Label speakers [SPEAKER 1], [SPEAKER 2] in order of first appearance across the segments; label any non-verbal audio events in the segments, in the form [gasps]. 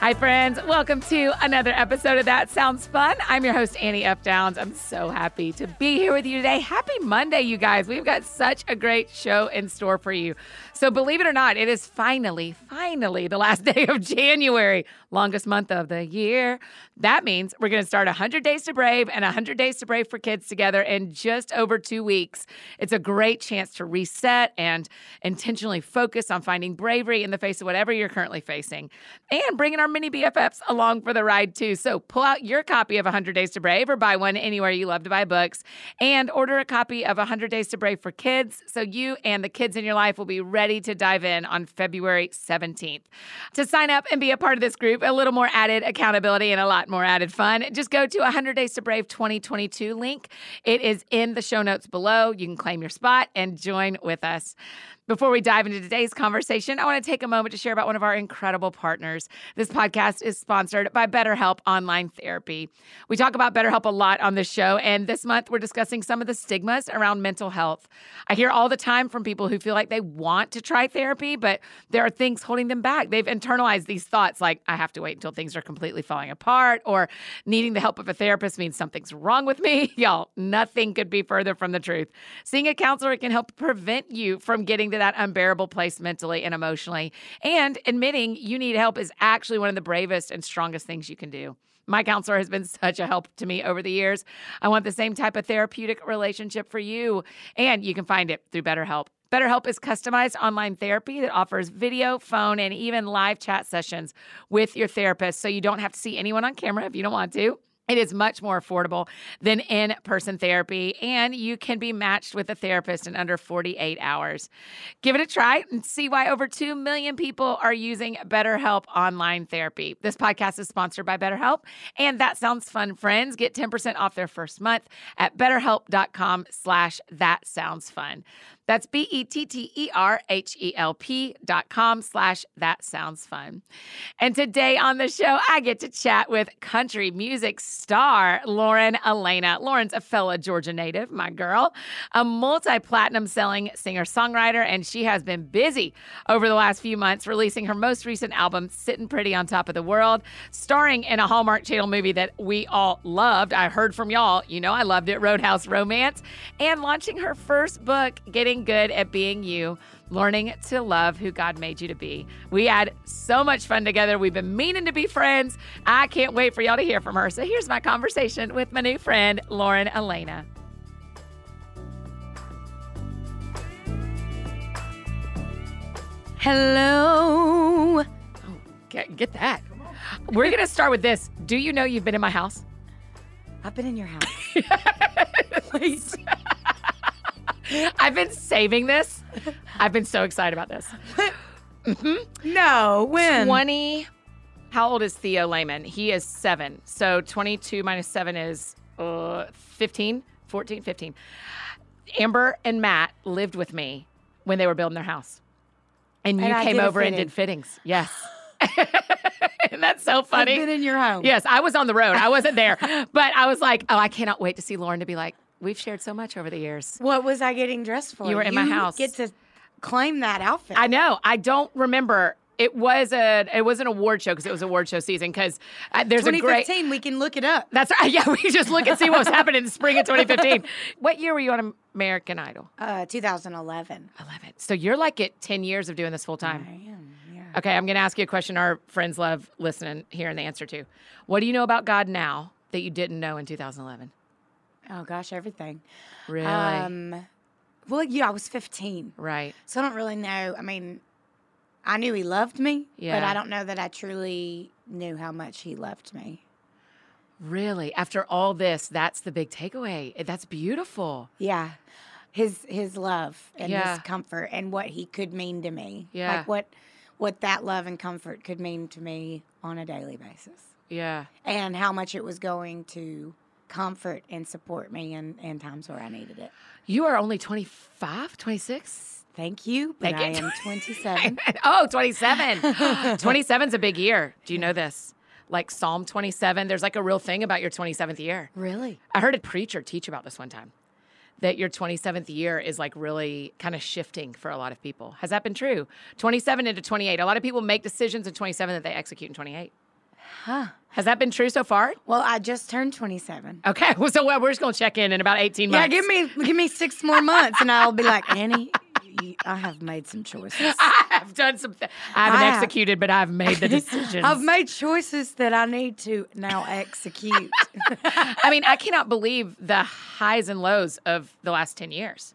[SPEAKER 1] Hi, friends. Welcome to another episode of That Sounds Fun. I'm your host, Annie Updowns. I'm so happy to be here with you today. Happy Monday, you guys. We've got such a great show in store for you. So, believe it or not, it is finally, finally the last [laughs] day of January, longest month of the year. That means we're going to start 100 Days to Brave and 100 Days to Brave for Kids together in just over two weeks. It's a great chance to reset and intentionally focus on finding bravery in the face of whatever you're currently facing and bringing our mini BFFs along for the ride too. So pull out your copy of 100 Days to Brave or buy one anywhere you love to buy books and order a copy of 100 Days to Brave for Kids so you and the kids in your life will be ready to dive in on February 17th. To sign up and be a part of this group, a little more added accountability and a lot more added fun, just go to 100 Days to Brave 2022 link. It is in the show notes below. You can claim your spot and join with us. Before we dive into today's conversation, I want to take a moment to share about one of our incredible partners. This podcast is sponsored by BetterHelp Online Therapy. We talk about BetterHelp a lot on this show, and this month we're discussing some of the stigmas around mental health. I hear all the time from people who feel like they want to try therapy, but there are things holding them back. They've internalized these thoughts like, I have to wait until things are completely falling apart, or needing the help of a therapist means something's wrong with me. [laughs] Y'all, nothing could be further from the truth. Seeing a counselor can help prevent you from getting that unbearable place mentally and emotionally. And admitting you need help is actually one of the bravest and strongest things you can do. My counselor has been [laughs] such a help to me over the years. I want the same type of therapeutic relationship for you, and you can find it through BetterHelp. BetterHelp is customized online therapy that offers video, phone, and even live chat sessions with your therapist so you don't have to see anyone on camera if you don't want to. It is much more affordable than in person therapy, and you can be matched with a therapist in under 48 hours. Give it a try and see why over 2 million people are using BetterHelp online therapy. This podcast is sponsored by BetterHelp, and that sounds fun, friends. Get 10% off their first month at betterhelp.com slash that sounds fun. That's B E T T E R H E L P dot com slash that sounds fun. And today on the show, I get to chat with country music star Lauren Elena. Lauren's a fellow Georgia native, my girl, a multi platinum selling singer songwriter, and she has been busy over the last few months releasing her most recent album, Sitting Pretty on Top of the World, starring in a Hallmark Channel movie that we all loved. I heard from y'all, you know, I loved it, Roadhouse Romance, and launching her first book, Getting good at being you, learning to love who God made you to be. We had so much fun together. We've been meaning to be friends. I can't wait for y'all to hear from her. So here's my conversation with my new friend, Lauren Elena. Hello. Oh, get, get that. We're going to start with this. Do you know you've been in my house?
[SPEAKER 2] I've been in your house.
[SPEAKER 1] Please. [laughs] I've been saving this. I've been so excited about this.
[SPEAKER 2] [laughs] No, when?
[SPEAKER 1] 20. How old is Theo Lehman? He is seven. So 22 minus seven is uh, 15, 14, 15. Amber and Matt lived with me when they were building their house. And you
[SPEAKER 2] And I
[SPEAKER 1] came
[SPEAKER 2] did a
[SPEAKER 1] over and
[SPEAKER 2] fitting.
[SPEAKER 1] did fittings. Yes. [laughs] and that's so funny.
[SPEAKER 2] I've been in your home.
[SPEAKER 1] [laughs] Yes, I was on the road. I wasn't [laughs] there, but I was like, oh, I cannot wait to see Lauren to be like, we've shared so much over the years.
[SPEAKER 2] What was I getting dressed for?
[SPEAKER 1] You were in my house.
[SPEAKER 2] Get to claim that outfit.
[SPEAKER 1] I know. I don't remember. It was a it was an award show because it was award show season because uh, there's a great
[SPEAKER 2] 2015. we can look it up.
[SPEAKER 1] that's right [laughs] yeah we just look and see what was happening in spring of 2015. [laughs] What year were you on American Idol?
[SPEAKER 2] Uh, 2011.
[SPEAKER 1] I love it. So you're like at 10 years of doing this full
[SPEAKER 2] I
[SPEAKER 1] time.
[SPEAKER 2] am. Yeah.
[SPEAKER 1] Okay, I'm going to ask you a question our friends love listening, hearing the answer to. What do you know about God now that you didn't know in 2011?
[SPEAKER 2] Oh gosh, everything.
[SPEAKER 1] Really?
[SPEAKER 2] Um, well, yeah, I was 15,
[SPEAKER 1] right.
[SPEAKER 2] so I don't really know. I mean, I knew he loved me, but
[SPEAKER 1] Yeah.
[SPEAKER 2] I don't know that I truly knew how much he loved me.
[SPEAKER 1] Really? After all this, that's the big takeaway. Eh, That's beautiful.
[SPEAKER 2] Yeah. His his love and
[SPEAKER 1] Yeah.
[SPEAKER 2] his comfort and what he could mean to me.
[SPEAKER 1] Yeah.
[SPEAKER 2] Like what what that love and comfort could mean to me on a daily basis.
[SPEAKER 1] Yeah.
[SPEAKER 2] And how much it was going to comfort and support me in, in times where I needed it.
[SPEAKER 1] You are only 25, 26?
[SPEAKER 2] Thank you, but
[SPEAKER 1] Thank [laughs]
[SPEAKER 2] I
[SPEAKER 1] you.
[SPEAKER 2] am twenty seven.
[SPEAKER 1] [laughs] oh, 27. [gasps] 27's a big year. Do you know this? Like Psalm 27, there's like a real thing about your 27th year.
[SPEAKER 2] really?
[SPEAKER 1] I heard a preacher teach about this one time that your 27th year is like really kind of shifting for a lot of people. Has that been true? 27 into 28. A lot of people make decisions in 27 that they execute in 28.
[SPEAKER 2] Huh.
[SPEAKER 1] Has that been true so far?
[SPEAKER 2] Well, I just turned twenty seven.
[SPEAKER 1] Okay. [laughs] Well, so well, we're just going to check in in about 18 months.
[SPEAKER 2] Yeah, give me give me six more months and I'll be like, Annie, you, I have made some choices.
[SPEAKER 1] [laughs] I have done some. Th- I haven't
[SPEAKER 2] I have-
[SPEAKER 1] executed, but I've made
[SPEAKER 2] [laughs]
[SPEAKER 1] the decisions.
[SPEAKER 2] I've made choices that I need to now execute.
[SPEAKER 1] [laughs] I mean, I cannot believe the highs and lows of the last 10
[SPEAKER 2] [laughs]
[SPEAKER 1] years.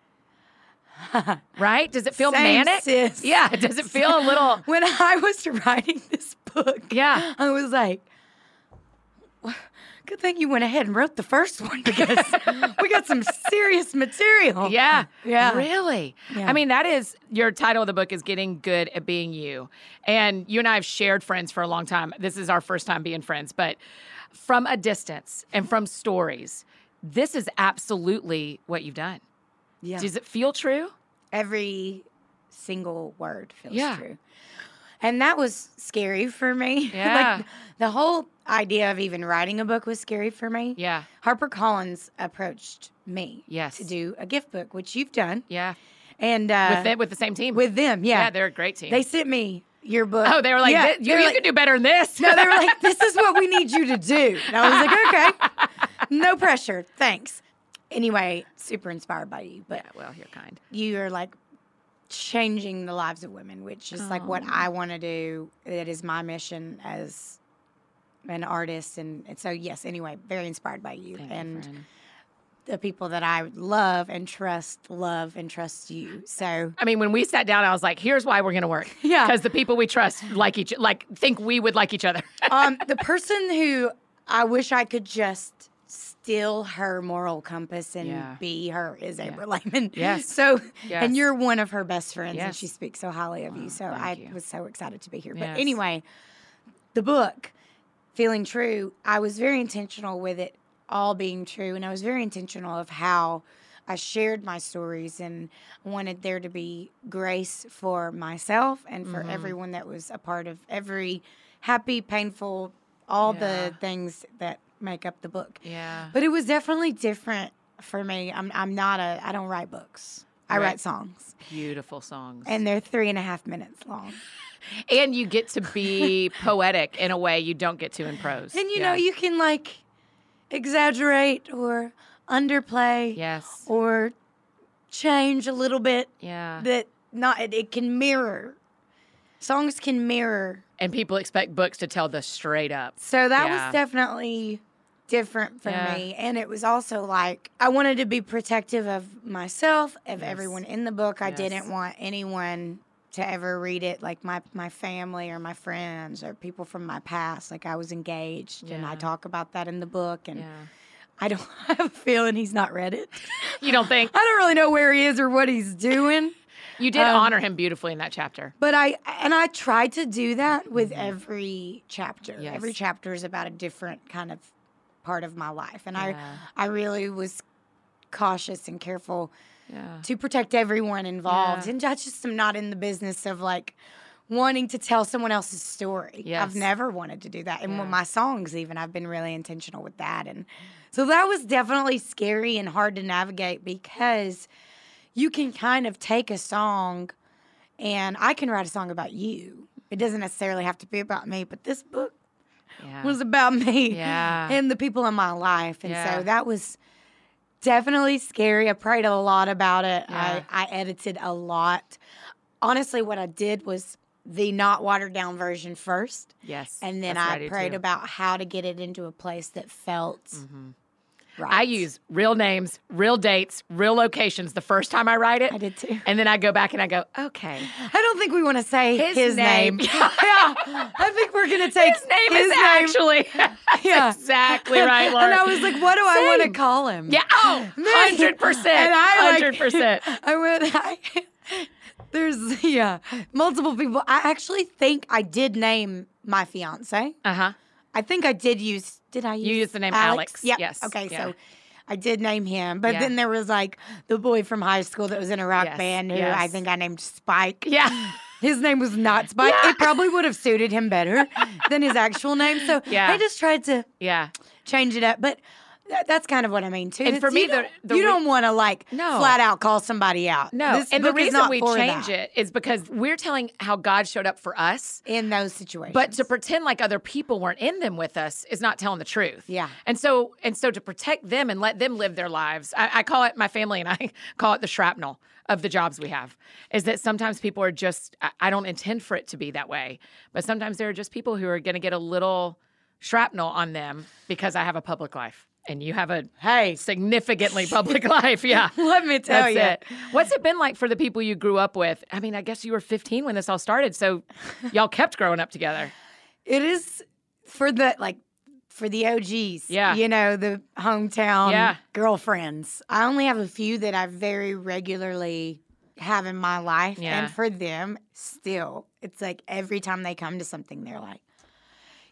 [SPEAKER 1] right? Does it feel
[SPEAKER 2] Same,
[SPEAKER 1] manic?
[SPEAKER 2] sis.
[SPEAKER 1] Yeah. [laughs] Does it feel a
[SPEAKER 2] [laughs]
[SPEAKER 1] little?
[SPEAKER 2] when I was writing this book,
[SPEAKER 1] Yeah.
[SPEAKER 2] I was like, "Wha- good thing you went ahead and wrote the first one [laughs] because we got some serious [laughs]
[SPEAKER 1] [laughs]
[SPEAKER 2] material.
[SPEAKER 1] Yeah.
[SPEAKER 2] Yeah.
[SPEAKER 1] Really?
[SPEAKER 2] Yeah.
[SPEAKER 1] I mean, that is your title of the book is Getting Good at Being You. And you and I have shared friends for a long time. This is our first time being friends, but from a distance and from stories, this is absolutely what you've done.
[SPEAKER 2] Yeah.
[SPEAKER 1] Does it feel true?
[SPEAKER 2] Every single word feels
[SPEAKER 1] Yeah.
[SPEAKER 2] true. And that was scary for me. [laughs]
[SPEAKER 1] Yeah.
[SPEAKER 2] like the whole idea of even writing a book was scary for me.
[SPEAKER 1] Yeah.
[SPEAKER 2] HarperCollins approached me
[SPEAKER 1] Yes.
[SPEAKER 2] to do a gift book, which you've done.
[SPEAKER 1] Yeah.
[SPEAKER 2] And uh,
[SPEAKER 1] with, the, with the same team.
[SPEAKER 2] with them, yeah.
[SPEAKER 1] they're a great team.
[SPEAKER 2] They sent me your book.
[SPEAKER 1] Oh, they were like,
[SPEAKER 2] Yeah,
[SPEAKER 1] "Thi- you,
[SPEAKER 2] they were
[SPEAKER 1] you
[SPEAKER 2] like-
[SPEAKER 1] can do better than this.
[SPEAKER 2] [laughs] No,
[SPEAKER 1] [laughs]
[SPEAKER 2] they were like, this is what we need you to do. And I was like, okay, no pressure. Thanks. Anyway, super inspired by you, but
[SPEAKER 1] yeah, well, you're kind.
[SPEAKER 2] you are like changing the lives of women, which is like what
[SPEAKER 1] Oh.
[SPEAKER 2] I want to do. That is my mission as an artist. And, and so, yes, anyway, very inspired by you
[SPEAKER 1] Thank you,
[SPEAKER 2] and
[SPEAKER 1] friend.
[SPEAKER 2] the people that I love and trust, love and trust you. So,
[SPEAKER 1] I mean, when we sat down, I was like, here's why we're going to work.
[SPEAKER 2] Yeah.
[SPEAKER 1] Because the people we trust like each, like think we would like each other.
[SPEAKER 2] um, the person who I wish I could just steal her moral compass and
[SPEAKER 1] Yeah.
[SPEAKER 2] be her is
[SPEAKER 1] Yeah.
[SPEAKER 2] Amber Lehman.
[SPEAKER 1] Yes.
[SPEAKER 2] So,
[SPEAKER 1] Yes.
[SPEAKER 2] and you're one of her best friends, and
[SPEAKER 1] Yes.
[SPEAKER 2] she speaks so highly of
[SPEAKER 1] Wow,
[SPEAKER 2] you. So
[SPEAKER 1] thank
[SPEAKER 2] I
[SPEAKER 1] you.
[SPEAKER 2] was so excited to be here.
[SPEAKER 1] Yes.
[SPEAKER 2] But anyway, the book, Feeling True, I was very intentional with it all being true, and I was very intentional of how. I shared my stories and wanted there to be grace for myself and for
[SPEAKER 1] Mhm.
[SPEAKER 2] everyone that was a part of every happy, painful, all
[SPEAKER 1] Yeah.
[SPEAKER 2] the things that make up the book.
[SPEAKER 1] yeah.
[SPEAKER 2] But it was definitely different for me. I'm I'm not a I don't write books. I
[SPEAKER 1] Right.
[SPEAKER 2] write songs,
[SPEAKER 1] Beautiful songs. And,
[SPEAKER 2] and they're three and a half minutes long.
[SPEAKER 1] and you get to
[SPEAKER 2] [laughs]
[SPEAKER 1] be poetic in a way you don't get to in prose.
[SPEAKER 2] And you
[SPEAKER 1] Yeah.
[SPEAKER 2] know you can like exaggerate or underplay
[SPEAKER 1] Yes.
[SPEAKER 2] or change a little bit.
[SPEAKER 1] Yeah.
[SPEAKER 2] That not it, it can mirror. Songs can mirror.
[SPEAKER 1] And people expect books to tell the straight up.
[SPEAKER 2] So that
[SPEAKER 1] Yeah.
[SPEAKER 2] was definitely different for
[SPEAKER 1] Yeah.
[SPEAKER 2] me. And it was also like I wanted to be protective of myself, of
[SPEAKER 1] Yes.
[SPEAKER 2] everyone in the book. I
[SPEAKER 1] Yes.
[SPEAKER 2] didn't want anyone to ever read it, like my, my family or my friends or people from my past. Like I was engaged and I
[SPEAKER 1] Yeah.
[SPEAKER 2] talk about that in the book and
[SPEAKER 1] Yeah.
[SPEAKER 2] I don't [laughs] I have a feeling he's not read it.
[SPEAKER 1] You don't think
[SPEAKER 2] I don't really know where he is or what he's doing.
[SPEAKER 1] you did
[SPEAKER 2] Um,
[SPEAKER 1] honor him beautifully in that chapter.
[SPEAKER 2] But I and I tried to do that with every chapter. Every
[SPEAKER 1] Mm-hmm. Yes.
[SPEAKER 2] chapter is about a different kind of part of my life, and
[SPEAKER 1] Yeah.
[SPEAKER 2] I I really was cautious and careful
[SPEAKER 1] Yeah.
[SPEAKER 2] to protect everyone involved.
[SPEAKER 1] Yeah.
[SPEAKER 2] And I just am not in the business of like wanting to tell someone else's story.
[SPEAKER 1] Yes.
[SPEAKER 2] I've never wanted to do that. And
[SPEAKER 1] Yeah.
[SPEAKER 2] with my songs, even, I've been really intentional with that. And so that was definitely scary and hard to navigate because you can kind of take a song and I can write a song about you. It doesn't necessarily have to be about me, but this book
[SPEAKER 1] Yeah.
[SPEAKER 2] was about [laughs] me
[SPEAKER 1] Yeah.
[SPEAKER 2] and the people in my life. And
[SPEAKER 1] Yeah.
[SPEAKER 2] so that was definitely scary. I prayed a lot about it.
[SPEAKER 1] Yeah.
[SPEAKER 2] I, I edited a lot. Honestly, what I did was the not watered down version first.
[SPEAKER 1] yes.
[SPEAKER 2] And then
[SPEAKER 1] that's what
[SPEAKER 2] I
[SPEAKER 1] do,
[SPEAKER 2] prayed
[SPEAKER 1] too.
[SPEAKER 2] about how to get it into a place that felt
[SPEAKER 1] Mhm.
[SPEAKER 2] right.
[SPEAKER 1] I use real names, real dates, real locations the first time I write it.
[SPEAKER 2] I did too.
[SPEAKER 1] And then I go back and I go, okay.
[SPEAKER 2] I don't think we want to say
[SPEAKER 1] His
[SPEAKER 2] his,
[SPEAKER 1] name. [laughs]
[SPEAKER 2] name. [laughs] yeah. I think we're going to take
[SPEAKER 1] His name is actually [laughs] That's
[SPEAKER 2] [laughs] Yeah.
[SPEAKER 1] exactly right, Lauren.
[SPEAKER 2] And I was like, what do I want
[SPEAKER 1] Same.
[SPEAKER 2] to call him?
[SPEAKER 1] yeah,
[SPEAKER 2] [laughs]
[SPEAKER 1] oh,
[SPEAKER 2] Man.
[SPEAKER 1] 100%.
[SPEAKER 2] And I like,
[SPEAKER 1] 100%.
[SPEAKER 2] I went. [laughs] I, there's yeah, multiple people. I actually think I did name my fiance.
[SPEAKER 1] Uh huh.
[SPEAKER 2] I think I did use. Did I use?
[SPEAKER 1] You used the name Alex,
[SPEAKER 2] Yep.
[SPEAKER 1] yes,
[SPEAKER 2] Okay.
[SPEAKER 1] yeah.
[SPEAKER 2] So. I did name him, but
[SPEAKER 1] Yeah.
[SPEAKER 2] then there was like the boy from high school that was in a rock
[SPEAKER 1] Yes,
[SPEAKER 2] band who I
[SPEAKER 1] yes.
[SPEAKER 2] think I named Spike.
[SPEAKER 1] Yeah.
[SPEAKER 2] His name was not Spike.
[SPEAKER 1] Yeah.
[SPEAKER 2] It probably would have suited him better than his actual name. So
[SPEAKER 1] [laughs] Yeah.
[SPEAKER 2] I just tried to
[SPEAKER 1] Yeah.
[SPEAKER 2] change it up. But th- that's kind of what I mean too.
[SPEAKER 1] And for
[SPEAKER 2] It's-
[SPEAKER 1] me,
[SPEAKER 2] you
[SPEAKER 1] the-
[SPEAKER 2] don't,
[SPEAKER 1] the
[SPEAKER 2] you
[SPEAKER 1] re-
[SPEAKER 2] don't want to like
[SPEAKER 1] No.
[SPEAKER 2] flat out call somebody out.
[SPEAKER 1] No.
[SPEAKER 2] This
[SPEAKER 1] and the
[SPEAKER 2] book is
[SPEAKER 1] reason
[SPEAKER 2] not
[SPEAKER 1] we
[SPEAKER 2] for
[SPEAKER 1] change
[SPEAKER 2] that
[SPEAKER 1] it is because we're telling how God showed up for us.
[SPEAKER 2] in those situations.
[SPEAKER 1] But to pretend like other people weren't in them with us is not telling the truth.
[SPEAKER 2] Yeah.
[SPEAKER 1] And so and so to protect them and let them live their lives, I, I call it my family and I [laughs] call it the shrapnel of the jobs we have. Is that sometimes people are just I, I don't intend for it to be that way, but sometimes there are just people who are gonna get a little shrapnel on them because I have a public life and you have a
[SPEAKER 2] hey, [laughs]
[SPEAKER 1] significantly public [laughs] life. Yeah.
[SPEAKER 2] let me tell
[SPEAKER 1] That's
[SPEAKER 2] you,
[SPEAKER 1] it. What's it been like for the people you grew up with? I mean, I guess you were 15 when this all started, so y'all kept growing up together.
[SPEAKER 2] it is for the like for the OGs.
[SPEAKER 1] Yeah.
[SPEAKER 2] you know the hometown
[SPEAKER 1] Yeah.
[SPEAKER 2] girlfriends. I only have a few that I very regularly have in my life,
[SPEAKER 1] Yeah.
[SPEAKER 2] and for them, still, it's like every time they come to something, they're like.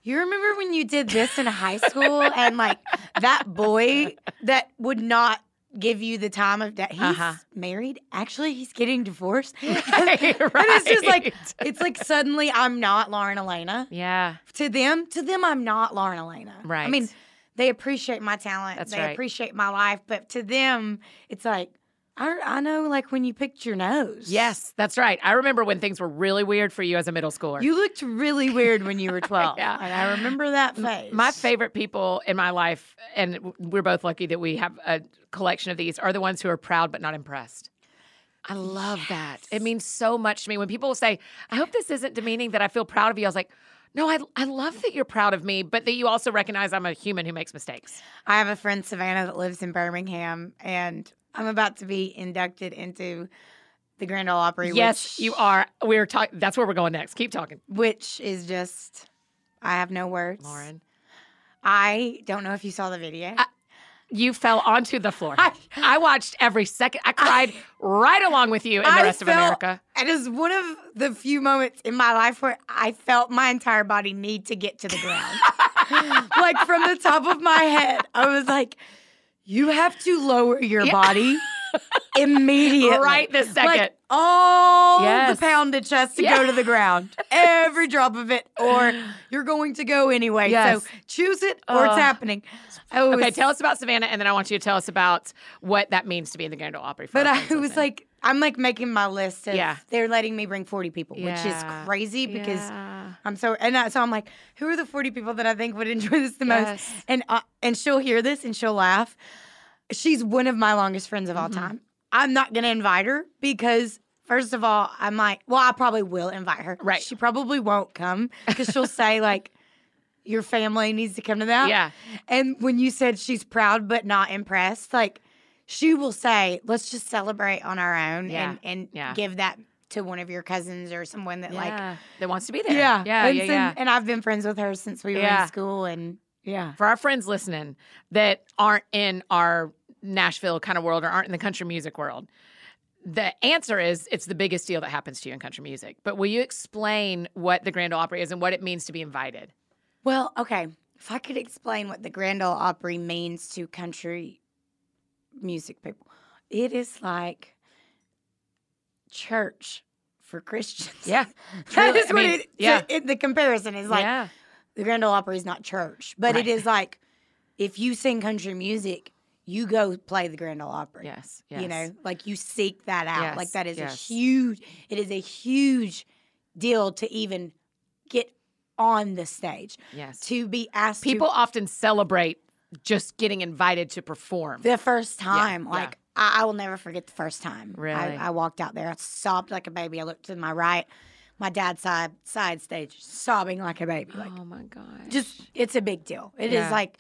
[SPEAKER 2] You remember when you did this in
[SPEAKER 1] [laughs]
[SPEAKER 2] high school and like that boy that would not give you the time of day. He's
[SPEAKER 1] Uh-huh.
[SPEAKER 2] married. Actually, he's getting divorced.
[SPEAKER 1] [laughs] Right,
[SPEAKER 2] [laughs] And it's just like
[SPEAKER 1] right.
[SPEAKER 2] it's like suddenly I'm not Lauren Elena.
[SPEAKER 1] Yeah.
[SPEAKER 2] To them, to them I'm not Lauren Elena. I mean,
[SPEAKER 1] Right.
[SPEAKER 2] they appreciate my talent.
[SPEAKER 1] That's
[SPEAKER 2] they
[SPEAKER 1] right.
[SPEAKER 2] appreciate my life, but to them it's like I, I know like when you picked your nose.
[SPEAKER 1] Yes, that's right. I remember when things were really weird for you as a middle schooler.
[SPEAKER 2] You looked really weird when
[SPEAKER 1] [laughs]
[SPEAKER 2] you were 12.
[SPEAKER 1] Yeah.
[SPEAKER 2] And I remember that face.
[SPEAKER 1] my favorite people in my life, and w- we're both lucky that we have a collection of these, are the ones who are proud but not impressed. I love that. It means so much to me. When people say, I hope this isn't demeaning that I feel proud of you, I was like, no, I, I love that you're proud of me, but that you also recognize I'm a human who makes mistakes.
[SPEAKER 2] I have a friend, Savannah, that lives in Birmingham, and I'm about to be inducted into the Grand Ole Opry.
[SPEAKER 1] Yes,
[SPEAKER 2] which,
[SPEAKER 1] you are. We're talking. That's where we're going next. Keep talking,
[SPEAKER 2] Which is just, I have no words.
[SPEAKER 1] Lauren.
[SPEAKER 2] I don't know if you saw the video.
[SPEAKER 1] You fell onto the floor. I, watched every second. I cried right along with you in the
[SPEAKER 2] I
[SPEAKER 1] rest of
[SPEAKER 2] felt-
[SPEAKER 1] America.
[SPEAKER 2] It is one of the few moments in my life where I felt my entire body need to get to the
[SPEAKER 1] [laughs]
[SPEAKER 2] ground. like from the top of my head, I was like, you have to lower your
[SPEAKER 1] Yeah. [laughs]
[SPEAKER 2] body immediately.
[SPEAKER 1] Right this second.
[SPEAKER 2] Like all
[SPEAKER 1] Yes.
[SPEAKER 2] the poundage has to
[SPEAKER 1] Yeah.
[SPEAKER 2] go to
[SPEAKER 1] [laughs]
[SPEAKER 2] the ground, every drop of it, or you're going to go anyway.
[SPEAKER 1] Yes.
[SPEAKER 2] So choose it or
[SPEAKER 1] Ugh.
[SPEAKER 2] it's happening. Oh,
[SPEAKER 1] Okay, tell us about Savannah, and then I want you to tell us about what that means to be in the Grand Ole Opry. For
[SPEAKER 2] But
[SPEAKER 1] our
[SPEAKER 2] I
[SPEAKER 1] friends
[SPEAKER 2] [laughs] was
[SPEAKER 1] listening.
[SPEAKER 2] like, I'm like making my list of
[SPEAKER 1] Yeah.
[SPEAKER 2] they're letting me bring 40 people, which
[SPEAKER 1] Yeah.
[SPEAKER 2] is crazy because
[SPEAKER 1] Yeah.
[SPEAKER 2] I'm so and I, so I'm like, who are the 40 people that I think would enjoy this the
[SPEAKER 1] Yes.
[SPEAKER 2] most? And uh, and she'll hear this and she'll laugh. She's one of my longest friends of all
[SPEAKER 1] Mm-hmm.
[SPEAKER 2] time. I'm not gonna invite her because first of all, I might. Well, I probably will invite her.
[SPEAKER 1] Right.
[SPEAKER 2] She probably won't come because she'll say like, your family needs to come to that.
[SPEAKER 1] Yeah.
[SPEAKER 2] And when you said she's proud but not impressed, like she will say, let's just celebrate on our own
[SPEAKER 1] Yeah.
[SPEAKER 2] and and
[SPEAKER 1] Yeah.
[SPEAKER 2] give that to one of your cousins or someone that like
[SPEAKER 1] Yeah. that wants to be there.
[SPEAKER 2] yeah.
[SPEAKER 1] yeah,
[SPEAKER 2] and,
[SPEAKER 1] yeah,
[SPEAKER 2] sin-
[SPEAKER 1] yeah.
[SPEAKER 2] and I've been friends with her since we were
[SPEAKER 1] Yeah.
[SPEAKER 2] in school and yeah.
[SPEAKER 1] for our friends listening that aren't in our Nashville kind of world or aren't in the country music world, the answer is it's the biggest deal that happens to you in country music. But will you explain what the Grand Ole Opry is and what it means to be invited?
[SPEAKER 2] Well, okay. If I could explain what the Grand Ole Opry means to country music people. It is like church for Christians.
[SPEAKER 1] Yeah.
[SPEAKER 2] [laughs] that
[SPEAKER 1] True.
[SPEAKER 2] is
[SPEAKER 1] I
[SPEAKER 2] what
[SPEAKER 1] mean,
[SPEAKER 2] it,
[SPEAKER 1] yeah.
[SPEAKER 2] yeah. the comparison is like.
[SPEAKER 1] yeah.
[SPEAKER 2] The Grand Ole Opry is not church, but
[SPEAKER 1] Right.
[SPEAKER 2] it is like if you sing country music, you go play the Grand Ole Opry.
[SPEAKER 1] Yes. Yes.
[SPEAKER 2] You know, like you seek that out.
[SPEAKER 1] Yes,
[SPEAKER 2] Like that is a
[SPEAKER 1] yes.
[SPEAKER 2] huge. It is a huge deal to even get on the stage
[SPEAKER 1] Yes.
[SPEAKER 2] to be asked to
[SPEAKER 1] People often celebrate just getting invited to perform.
[SPEAKER 2] The first time,
[SPEAKER 1] yeah.
[SPEAKER 2] like I, I will never forget the first time.
[SPEAKER 1] Really?
[SPEAKER 2] I, I walked out there, I sobbed like a baby. I looked to my right, my dad's side side stage, sobbing like a baby. Like
[SPEAKER 1] oh my god.
[SPEAKER 2] just it's a big deal. It is
[SPEAKER 1] Yeah.
[SPEAKER 2] like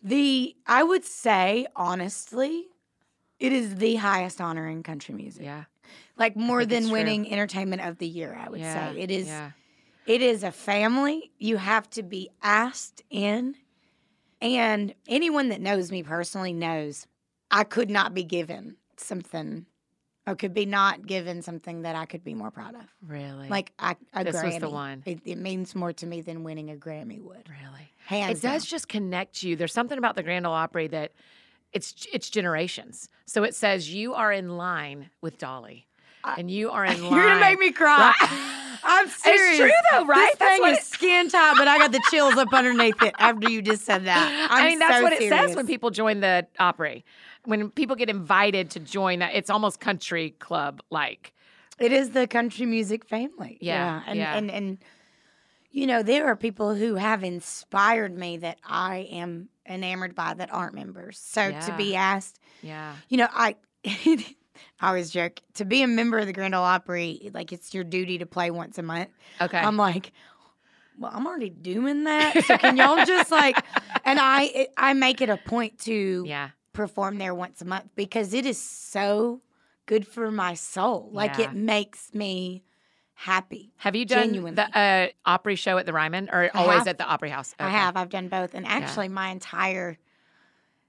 [SPEAKER 2] the I would say honestly, it is the highest honor in country music.
[SPEAKER 1] yeah.
[SPEAKER 2] Like more
[SPEAKER 1] think it's
[SPEAKER 2] than
[SPEAKER 1] true.
[SPEAKER 2] winning entertainment of the year, I would
[SPEAKER 1] yeah.
[SPEAKER 2] say. It is
[SPEAKER 1] Yeah.
[SPEAKER 2] it is a family. You have to be asked in. And anyone that knows me personally knows I could not be given something or could be not given something that I could be more proud of.
[SPEAKER 1] Really.
[SPEAKER 2] Like I a
[SPEAKER 1] This
[SPEAKER 2] Grammy.
[SPEAKER 1] was the one.
[SPEAKER 2] It, it means more to me than winning a Grammy would.
[SPEAKER 1] really.
[SPEAKER 2] Hands
[SPEAKER 1] it does just connect you. There's something about the Grand Ole Opry that it's it's generations. So it says you are in line with Dolly,
[SPEAKER 2] I-
[SPEAKER 1] and you
[SPEAKER 2] [laughs]
[SPEAKER 1] are in
[SPEAKER 2] down.
[SPEAKER 1] line.
[SPEAKER 2] You're gonna make me cry.
[SPEAKER 1] Right.
[SPEAKER 2] [laughs] I'm
[SPEAKER 1] It's
[SPEAKER 2] serious.
[SPEAKER 1] true though, right?
[SPEAKER 2] This thing
[SPEAKER 1] what
[SPEAKER 2] is
[SPEAKER 1] it-
[SPEAKER 2] skin tight, but I got the chills up underneath it after you just said [laughs] that.
[SPEAKER 1] i
[SPEAKER 2] I'm
[SPEAKER 1] mean, that's
[SPEAKER 2] so
[SPEAKER 1] what it says
[SPEAKER 2] serious.
[SPEAKER 1] when people join the Opry. When people get invited to join that, it's almost country club like.
[SPEAKER 2] It is the country music family.
[SPEAKER 1] Yeah,
[SPEAKER 2] And
[SPEAKER 1] yeah.
[SPEAKER 2] and and you know, there are people who have inspired me that I am enamored by that aren't members. So to
[SPEAKER 1] Yeah.
[SPEAKER 2] be asked,
[SPEAKER 1] Yeah.
[SPEAKER 2] you know, I [laughs] I always joke to be a member of the Grand Ole Opry, like it's your duty to play once a month.
[SPEAKER 1] Okay.
[SPEAKER 2] I'm like, well, I'm already doing that. So can y'all
[SPEAKER 1] [laughs]
[SPEAKER 2] just like and I I make it a point to
[SPEAKER 1] yeah.
[SPEAKER 2] perform there once a month because it is so good for my soul. Like
[SPEAKER 1] Yeah.
[SPEAKER 2] it makes me happy.
[SPEAKER 1] Have you done
[SPEAKER 2] Genuinely.
[SPEAKER 1] the uh, Opry show at the Ryman or always
[SPEAKER 2] have.
[SPEAKER 1] at the Opry House?
[SPEAKER 2] I
[SPEAKER 1] Okay.
[SPEAKER 2] have. I've done both. And actually, my entire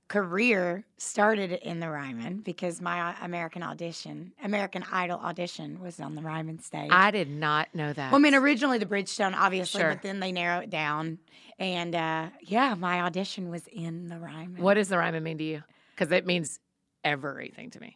[SPEAKER 2] career started in the Ryman because my American audition, American Idol audition was on the Ryman stage.
[SPEAKER 1] I did not know that.
[SPEAKER 2] Well, I mean, originally the Bridgestone, obviously,
[SPEAKER 1] Sure.
[SPEAKER 2] but then they narrow it down. And uh, yeah, my audition was in the Ryman.
[SPEAKER 1] what does the Ryman mean to you? Because it means everything to me.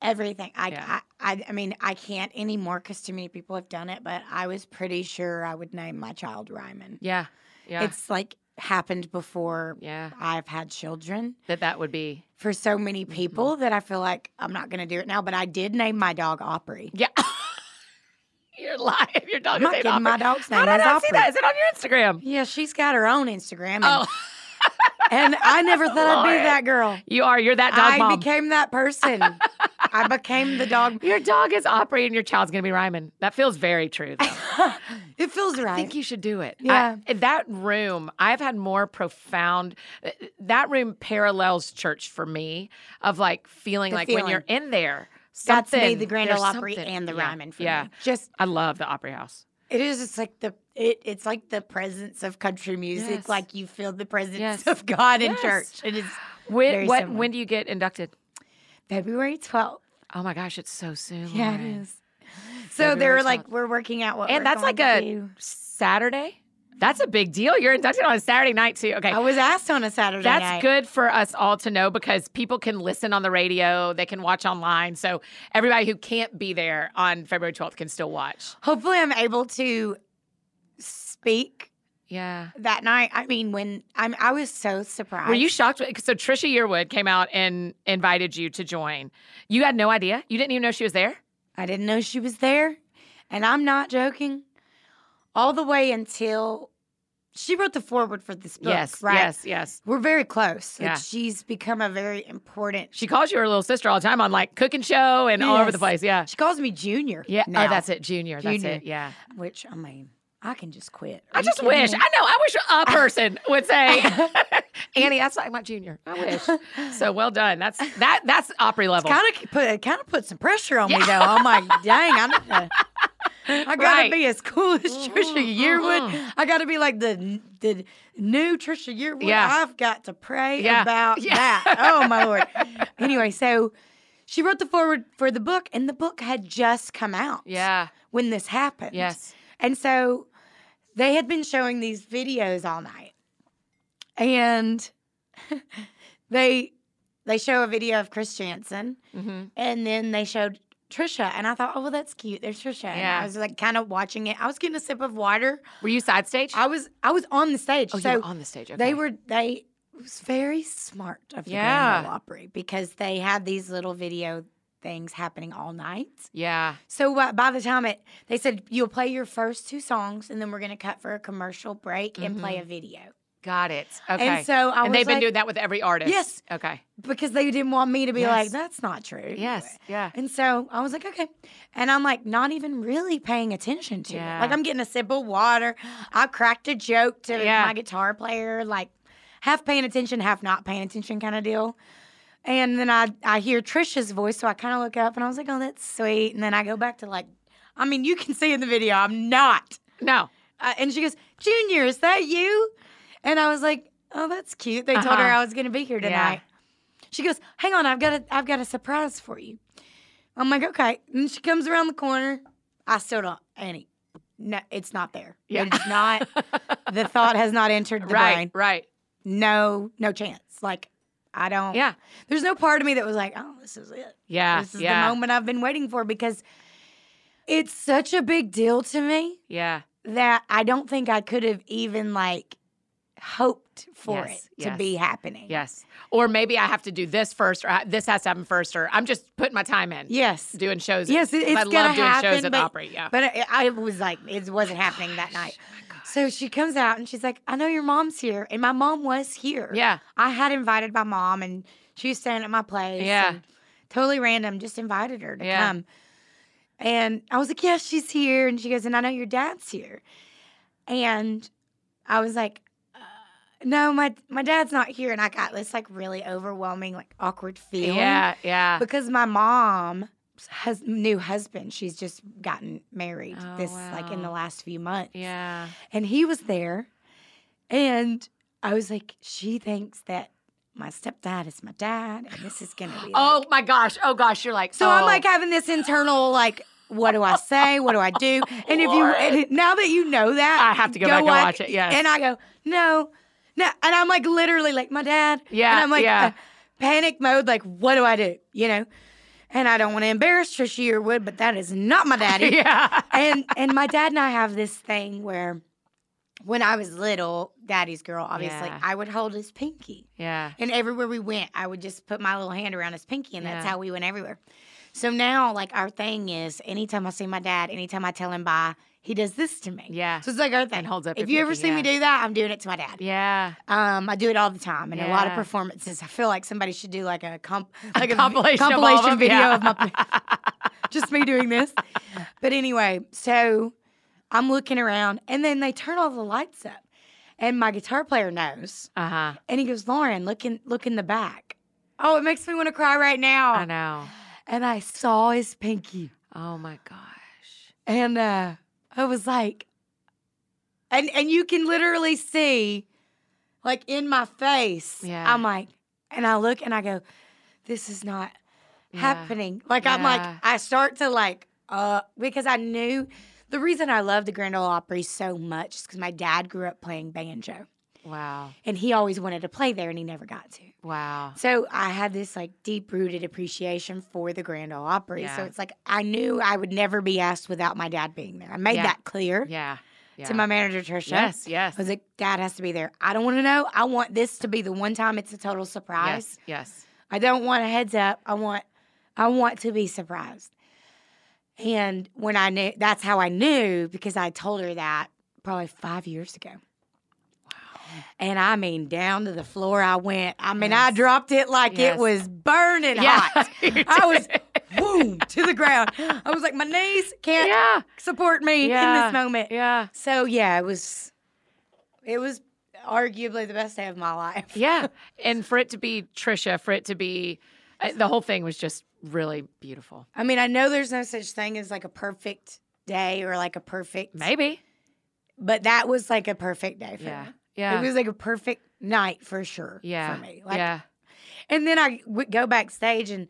[SPEAKER 2] everything. I,
[SPEAKER 1] Yeah.
[SPEAKER 2] I, I, I mean, I can't anymore because too many people have done it. But I was pretty sure I would name my child Ryman.
[SPEAKER 1] Yeah. Yeah.
[SPEAKER 2] It's like happened before
[SPEAKER 1] yeah.
[SPEAKER 2] I've had children
[SPEAKER 1] That that would be.
[SPEAKER 2] for so many
[SPEAKER 1] Mm-hmm.
[SPEAKER 2] people that I feel like I'm not going to do it now. But I did name my dog Opry.
[SPEAKER 1] Yeah. [laughs] You're lying. Your dog
[SPEAKER 2] I'm
[SPEAKER 1] is
[SPEAKER 2] not
[SPEAKER 1] named
[SPEAKER 2] kidding.
[SPEAKER 1] Opry.
[SPEAKER 2] My dog's name
[SPEAKER 1] How did I
[SPEAKER 2] is
[SPEAKER 1] not see
[SPEAKER 2] Opry.
[SPEAKER 1] that? Is it on your Instagram?
[SPEAKER 2] Yeah, she's got her own Instagram. And,
[SPEAKER 1] Oh,
[SPEAKER 2] and I never
[SPEAKER 1] [laughs]
[SPEAKER 2] thought I'd be
[SPEAKER 1] Lord.
[SPEAKER 2] that girl.
[SPEAKER 1] you are. You're that dog
[SPEAKER 2] I
[SPEAKER 1] mom.
[SPEAKER 2] became that person.
[SPEAKER 1] [laughs]
[SPEAKER 2] I became the dog.
[SPEAKER 1] Your dog is Opry and your child's gonna be Ryman. That feels very true. Though.
[SPEAKER 2] it feels
[SPEAKER 1] I think
[SPEAKER 2] right.
[SPEAKER 1] you should do it. I-
[SPEAKER 2] Yeah.
[SPEAKER 1] that room, I've had more profound. That room parallels church for me, of like feeling
[SPEAKER 2] The
[SPEAKER 1] like when you're in there.
[SPEAKER 2] That's me,
[SPEAKER 1] something-
[SPEAKER 2] the Grand
[SPEAKER 1] there's
[SPEAKER 2] Ole Opry,
[SPEAKER 1] something-
[SPEAKER 2] and the
[SPEAKER 1] yeah,
[SPEAKER 2] Ryman for
[SPEAKER 1] yeah.
[SPEAKER 2] me. Just
[SPEAKER 1] I love the Opry House.
[SPEAKER 2] It is. It's like the it. It's like the presence of country music.
[SPEAKER 1] Yes.
[SPEAKER 2] Like you feel the presence
[SPEAKER 1] Yes.
[SPEAKER 2] of God in
[SPEAKER 1] Yes.
[SPEAKER 2] church. It is
[SPEAKER 1] When
[SPEAKER 2] Very
[SPEAKER 1] what?
[SPEAKER 2] similar.
[SPEAKER 1] When do you get inducted?
[SPEAKER 2] February twelfth.
[SPEAKER 1] Oh my gosh, it's so soon.
[SPEAKER 2] Yeah, it
[SPEAKER 1] Lauren.
[SPEAKER 2] is. So
[SPEAKER 1] Oh February
[SPEAKER 2] they're like, we're working out what.
[SPEAKER 1] And
[SPEAKER 2] we're
[SPEAKER 1] that's like
[SPEAKER 2] going to
[SPEAKER 1] a
[SPEAKER 2] do.
[SPEAKER 1] Saturday. That's a big deal. You're inducted on a Saturday night too. Okay,
[SPEAKER 2] I was asked on a Saturday.
[SPEAKER 1] That's
[SPEAKER 2] night.
[SPEAKER 1] good for us all to know because people can listen on the radio, they can watch online. So everybody who can't be there on February 12th can still watch.
[SPEAKER 2] Hopefully, I'm able to speak
[SPEAKER 1] Yeah.
[SPEAKER 2] that night. I mean, when I'm, I was so surprised.
[SPEAKER 1] Were you shocked? So Trisha Yearwood came out and invited you to join. You had no idea. You didn't even know she was there.
[SPEAKER 2] I didn't know she was there. And I'm not joking. All the way until she wrote the forward for this book.
[SPEAKER 1] yes.
[SPEAKER 2] Right.
[SPEAKER 1] Yes. Yes.
[SPEAKER 2] We're very close. Like,
[SPEAKER 1] Yeah.
[SPEAKER 2] she's become a very important.
[SPEAKER 1] She calls you her little sister all the time on like cooking show and all over the
[SPEAKER 2] Yes.
[SPEAKER 1] place. Yeah.
[SPEAKER 2] She calls me Junior.
[SPEAKER 1] Yeah.
[SPEAKER 2] Now,
[SPEAKER 1] Oh, that's it. Junior.
[SPEAKER 2] Junior.
[SPEAKER 1] That's it. Yeah.
[SPEAKER 2] Which I mean, I can just quit. Are
[SPEAKER 1] I
[SPEAKER 2] you
[SPEAKER 1] just
[SPEAKER 2] kidding
[SPEAKER 1] wish. I
[SPEAKER 2] me?
[SPEAKER 1] know. I wish a [laughs] person would say, [laughs] Annie, that's like my junior. I wish. So well done. That's that. That's Opry level.
[SPEAKER 2] Kind of put it kind of put some pressure on me though. I'm like, dang, I'm. Gonna, I gotta
[SPEAKER 1] Right. Mm-hmm,
[SPEAKER 2] be as cool as Trisha Yearwood. I gotta be like the the new Trisha Yearwood.
[SPEAKER 1] Yeah.
[SPEAKER 2] I've got to pray
[SPEAKER 1] Yeah.
[SPEAKER 2] about
[SPEAKER 1] Yeah.
[SPEAKER 2] that. Oh
[SPEAKER 1] [laughs]
[SPEAKER 2] my lord. anyway, so she wrote the forward for the book, and the book had just come out.
[SPEAKER 1] [laughs] yeah.
[SPEAKER 2] When this happened.
[SPEAKER 1] Yes.
[SPEAKER 2] And so they had been showing these videos all night. And [laughs] they they show a video of Chris Jansen
[SPEAKER 1] Mm-hmm.
[SPEAKER 2] and then they showed Trisha. And I thought, oh, well, that's cute. There's Trisha. And
[SPEAKER 1] Yeah.
[SPEAKER 2] I was like kind of watching it. I was getting a sip of water.
[SPEAKER 1] Were you side stage?
[SPEAKER 2] I was I was on the stage.
[SPEAKER 1] oh,
[SPEAKER 2] so
[SPEAKER 1] you were on the stage. Okay.
[SPEAKER 2] they were they it was very smart of the
[SPEAKER 1] Yeah.
[SPEAKER 2] Grand Ole Opry because they had these little video things happening all night.
[SPEAKER 1] Yeah.
[SPEAKER 2] So by, by the time it they said you'll play your first two songs and then we're going to cut for a commercial break and play a video.
[SPEAKER 1] Got it. Mm-hmm. Okay.
[SPEAKER 2] And so I
[SPEAKER 1] And
[SPEAKER 2] was
[SPEAKER 1] they've been
[SPEAKER 2] like-
[SPEAKER 1] doing that with every artist.
[SPEAKER 2] Yes.
[SPEAKER 1] Okay.
[SPEAKER 2] because they didn't want me to be
[SPEAKER 1] Yes.
[SPEAKER 2] like that's not true.
[SPEAKER 1] Yes. Yeah.
[SPEAKER 2] And so I was like, okay. And I'm like, not even really paying attention to
[SPEAKER 1] Yeah.
[SPEAKER 2] it. Like, I'm getting a sip of water. I cracked a joke to
[SPEAKER 1] Yeah.
[SPEAKER 2] my guitar player, like, half paying attention, half not paying attention kind of deal. And then I, I hear Trisha's voice. So I kind of look up and I was like, oh, that's sweet. And then I go back to like, I mean, you can see in the video, I'm not.
[SPEAKER 1] No.
[SPEAKER 2] Uh, and she goes, Junior, is that you? And I was like, oh, that's cute. They told her
[SPEAKER 1] Uh-huh.
[SPEAKER 2] I was going to be here
[SPEAKER 1] Yeah.
[SPEAKER 2] tonight. She goes, hang on, I've got a, I've got a surprise for you. I'm like, okay. And she comes around the corner. I still don't, Annie. No, it's not there.
[SPEAKER 1] Yeah.
[SPEAKER 2] It's not. the thought has not entered the
[SPEAKER 1] right.
[SPEAKER 2] brain.
[SPEAKER 1] Right.
[SPEAKER 2] No, no chance. Like, I don't.
[SPEAKER 1] Yeah.
[SPEAKER 2] There's no part of me that was like, oh, this is it.
[SPEAKER 1] Yeah.
[SPEAKER 2] This is
[SPEAKER 1] yeah.
[SPEAKER 2] the moment I've been waiting for because it's such a big deal to me
[SPEAKER 1] Yeah.
[SPEAKER 2] that I don't think I could have even like hoped for
[SPEAKER 1] Yes,
[SPEAKER 2] it to
[SPEAKER 1] yes,
[SPEAKER 2] be happening.
[SPEAKER 1] Yes. Or maybe I have to do this first, or I, this has to happen first, or I'm just putting my time in.
[SPEAKER 2] Yes.
[SPEAKER 1] Doing shows.
[SPEAKER 2] Yes, it-
[SPEAKER 1] 'cause
[SPEAKER 2] it's
[SPEAKER 1] I love
[SPEAKER 2] gonna
[SPEAKER 1] doing shows
[SPEAKER 2] happen,
[SPEAKER 1] at the
[SPEAKER 2] but-
[SPEAKER 1] Opry. Yeah.
[SPEAKER 2] But I, I was like,
[SPEAKER 1] Oh
[SPEAKER 2] it wasn't happening that night. So she comes out and she's like, I know your mom's here. And my mom was here.
[SPEAKER 1] yeah.
[SPEAKER 2] I had invited my mom and she was staying at my place.
[SPEAKER 1] Yeah.
[SPEAKER 2] and Totally random, just invited her to
[SPEAKER 1] Yeah.
[SPEAKER 2] come. And I was like, Yeah, she's here. And she goes, And I know your dad's here. And I was like, "Uh, no, my my dad's not here, and I got this like really overwhelming, like awkward feeling.
[SPEAKER 1] Yeah. Yeah.
[SPEAKER 2] because my mom has new husband. She's just gotten married
[SPEAKER 1] Oh,
[SPEAKER 2] this like in the
[SPEAKER 1] wow.
[SPEAKER 2] last few months.
[SPEAKER 1] Yeah.
[SPEAKER 2] And he was there. And I was like, she thinks that my stepdad is my dad. And this is going to be.
[SPEAKER 1] [laughs] Oh
[SPEAKER 2] like-
[SPEAKER 1] my gosh. Oh gosh. You're like.
[SPEAKER 2] So I'm
[SPEAKER 1] oh.
[SPEAKER 2] like having this internal, like, what do I say? What do I do? And if you,
[SPEAKER 1] Lord.
[SPEAKER 2] and it- now that you know that,
[SPEAKER 1] I have to go back and
[SPEAKER 2] on-
[SPEAKER 1] watch it, yes.
[SPEAKER 2] And I go, no, no. And I'm like, literally, like, my dad.
[SPEAKER 1] Yeah,
[SPEAKER 2] And I'm like,
[SPEAKER 1] yeah.
[SPEAKER 2] uh, panic mode, like, what do I do? You know? And I don't want to embarrass Trisha Yearwood, but that is
[SPEAKER 1] [laughs]
[SPEAKER 2] not my [laughs] daddy
[SPEAKER 1] Yeah.
[SPEAKER 2] and and my dad and I have this thing where when I was little, daddy's girl, obviously,
[SPEAKER 1] Yeah.
[SPEAKER 2] I would hold his pinky.
[SPEAKER 1] Yeah.
[SPEAKER 2] And everywhere we went, I would just put my little hand around his pinky, and that's
[SPEAKER 1] Yeah.
[SPEAKER 2] how we went everywhere. So now, like, our thing is anytime I see my dad, anytime I tell him bye, he does this to me.
[SPEAKER 1] Yeah.
[SPEAKER 2] So it's like our thing.
[SPEAKER 1] holds up
[SPEAKER 2] If
[SPEAKER 1] your
[SPEAKER 2] you ever
[SPEAKER 1] pinky,
[SPEAKER 2] see me
[SPEAKER 1] yeah.
[SPEAKER 2] do that, I'm doing it to my dad.
[SPEAKER 1] Yeah.
[SPEAKER 2] Um, I do it all the time in a lot of
[SPEAKER 1] Yeah.
[SPEAKER 2] performances. I feel like somebody should do like a comp,
[SPEAKER 1] A
[SPEAKER 2] like v-
[SPEAKER 1] compilation of all of them,
[SPEAKER 2] video
[SPEAKER 1] yeah.
[SPEAKER 2] of my [laughs] just me doing this. But anyway, so I'm looking around, and then they turn all the lights up, and my guitar player knows,
[SPEAKER 1] Uh huh.
[SPEAKER 2] and he goes, "Lauren, look in look in the back." Oh, it makes me want to cry right
[SPEAKER 1] I
[SPEAKER 2] now.
[SPEAKER 1] know.
[SPEAKER 2] and I saw his pinky,
[SPEAKER 1] Oh my gosh.
[SPEAKER 2] and uh, I was like, and and you can literally see, like in my face,
[SPEAKER 1] Yeah.
[SPEAKER 2] I'm like, and I look and I go, this is not
[SPEAKER 1] Yeah.
[SPEAKER 2] happening. Like I'm
[SPEAKER 1] Yeah.
[SPEAKER 2] like, I start to like, uh, because I knew the reason I love the Grand Ole Opry so much is because my dad grew up playing banjo,
[SPEAKER 1] Wow.
[SPEAKER 2] and he always wanted to play there, and he never got to.
[SPEAKER 1] Wow.
[SPEAKER 2] So I had this like deep rooted appreciation for the Grand Ole Opry. So
[SPEAKER 1] Yeah.
[SPEAKER 2] it's like I knew I would never be asked without my dad being there. I made
[SPEAKER 1] Yeah.
[SPEAKER 2] that clear
[SPEAKER 1] Yeah. Yeah.
[SPEAKER 2] to my manager Trisha.
[SPEAKER 1] Yes. Yes.
[SPEAKER 2] I was like, Dad has to be there. I don't want to know. I want this to be the one time it's a total surprise.
[SPEAKER 1] Yes. Yes.
[SPEAKER 2] I don't want a heads up. I want I want to be surprised. And when I knew that's how I knew because I told her that probably five years ago. And I mean, down to the floor I went. I mean, I
[SPEAKER 1] Yes.
[SPEAKER 2] dropped it like
[SPEAKER 1] Yes.
[SPEAKER 2] [laughs] it was burning
[SPEAKER 1] [laughs]
[SPEAKER 2] hot.
[SPEAKER 1] You
[SPEAKER 2] [laughs] I was
[SPEAKER 1] did.
[SPEAKER 2] boom to the ground. I was like, my knees can't
[SPEAKER 1] Yeah.
[SPEAKER 2] support me in
[SPEAKER 1] Yeah.
[SPEAKER 2] this moment.
[SPEAKER 1] Yeah.
[SPEAKER 2] So yeah, it was, it was arguably the best day of my life.
[SPEAKER 1] Yeah.
[SPEAKER 2] [laughs]
[SPEAKER 1] And for it to be Trisha, for it to be uh, the whole thing was just really beautiful.
[SPEAKER 2] I mean, I know there's no such thing as like a perfect day or like a perfect,
[SPEAKER 1] Maybe.
[SPEAKER 2] but that was like a perfect day for
[SPEAKER 1] Yeah.
[SPEAKER 2] me.
[SPEAKER 1] Yeah.
[SPEAKER 2] It was like a perfect night for sure
[SPEAKER 1] yeah.
[SPEAKER 2] for me. Like,
[SPEAKER 1] yeah.
[SPEAKER 2] And then I would go backstage and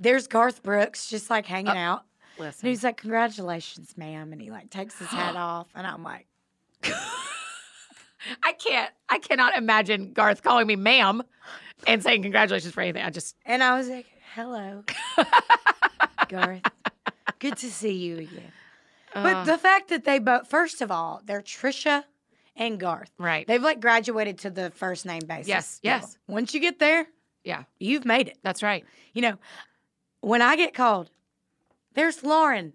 [SPEAKER 2] there's Garth Brooks just like
[SPEAKER 1] Uh,
[SPEAKER 2] hanging out. And
[SPEAKER 1] Listen.
[SPEAKER 2] he's like, congratulations, ma'am. And he like takes his
[SPEAKER 1] [gasps]
[SPEAKER 2] hat off. And I'm like,
[SPEAKER 1] I can't. I cannot imagine Garth calling me ma'am [laughs] and saying congratulations for anything. I just
[SPEAKER 2] and I was like, hello, Garth. Good to see you again.
[SPEAKER 1] Uh.
[SPEAKER 2] But the fact that they both, first of all, they're Trisha and Garth.
[SPEAKER 1] Right.
[SPEAKER 2] They've like graduated to the first name basis.
[SPEAKER 1] Yes,
[SPEAKER 2] now.
[SPEAKER 1] yes.
[SPEAKER 2] Once you get there,
[SPEAKER 1] yeah,
[SPEAKER 2] you've made it.
[SPEAKER 1] that's right.
[SPEAKER 2] You know, when I get called, there's Lauren.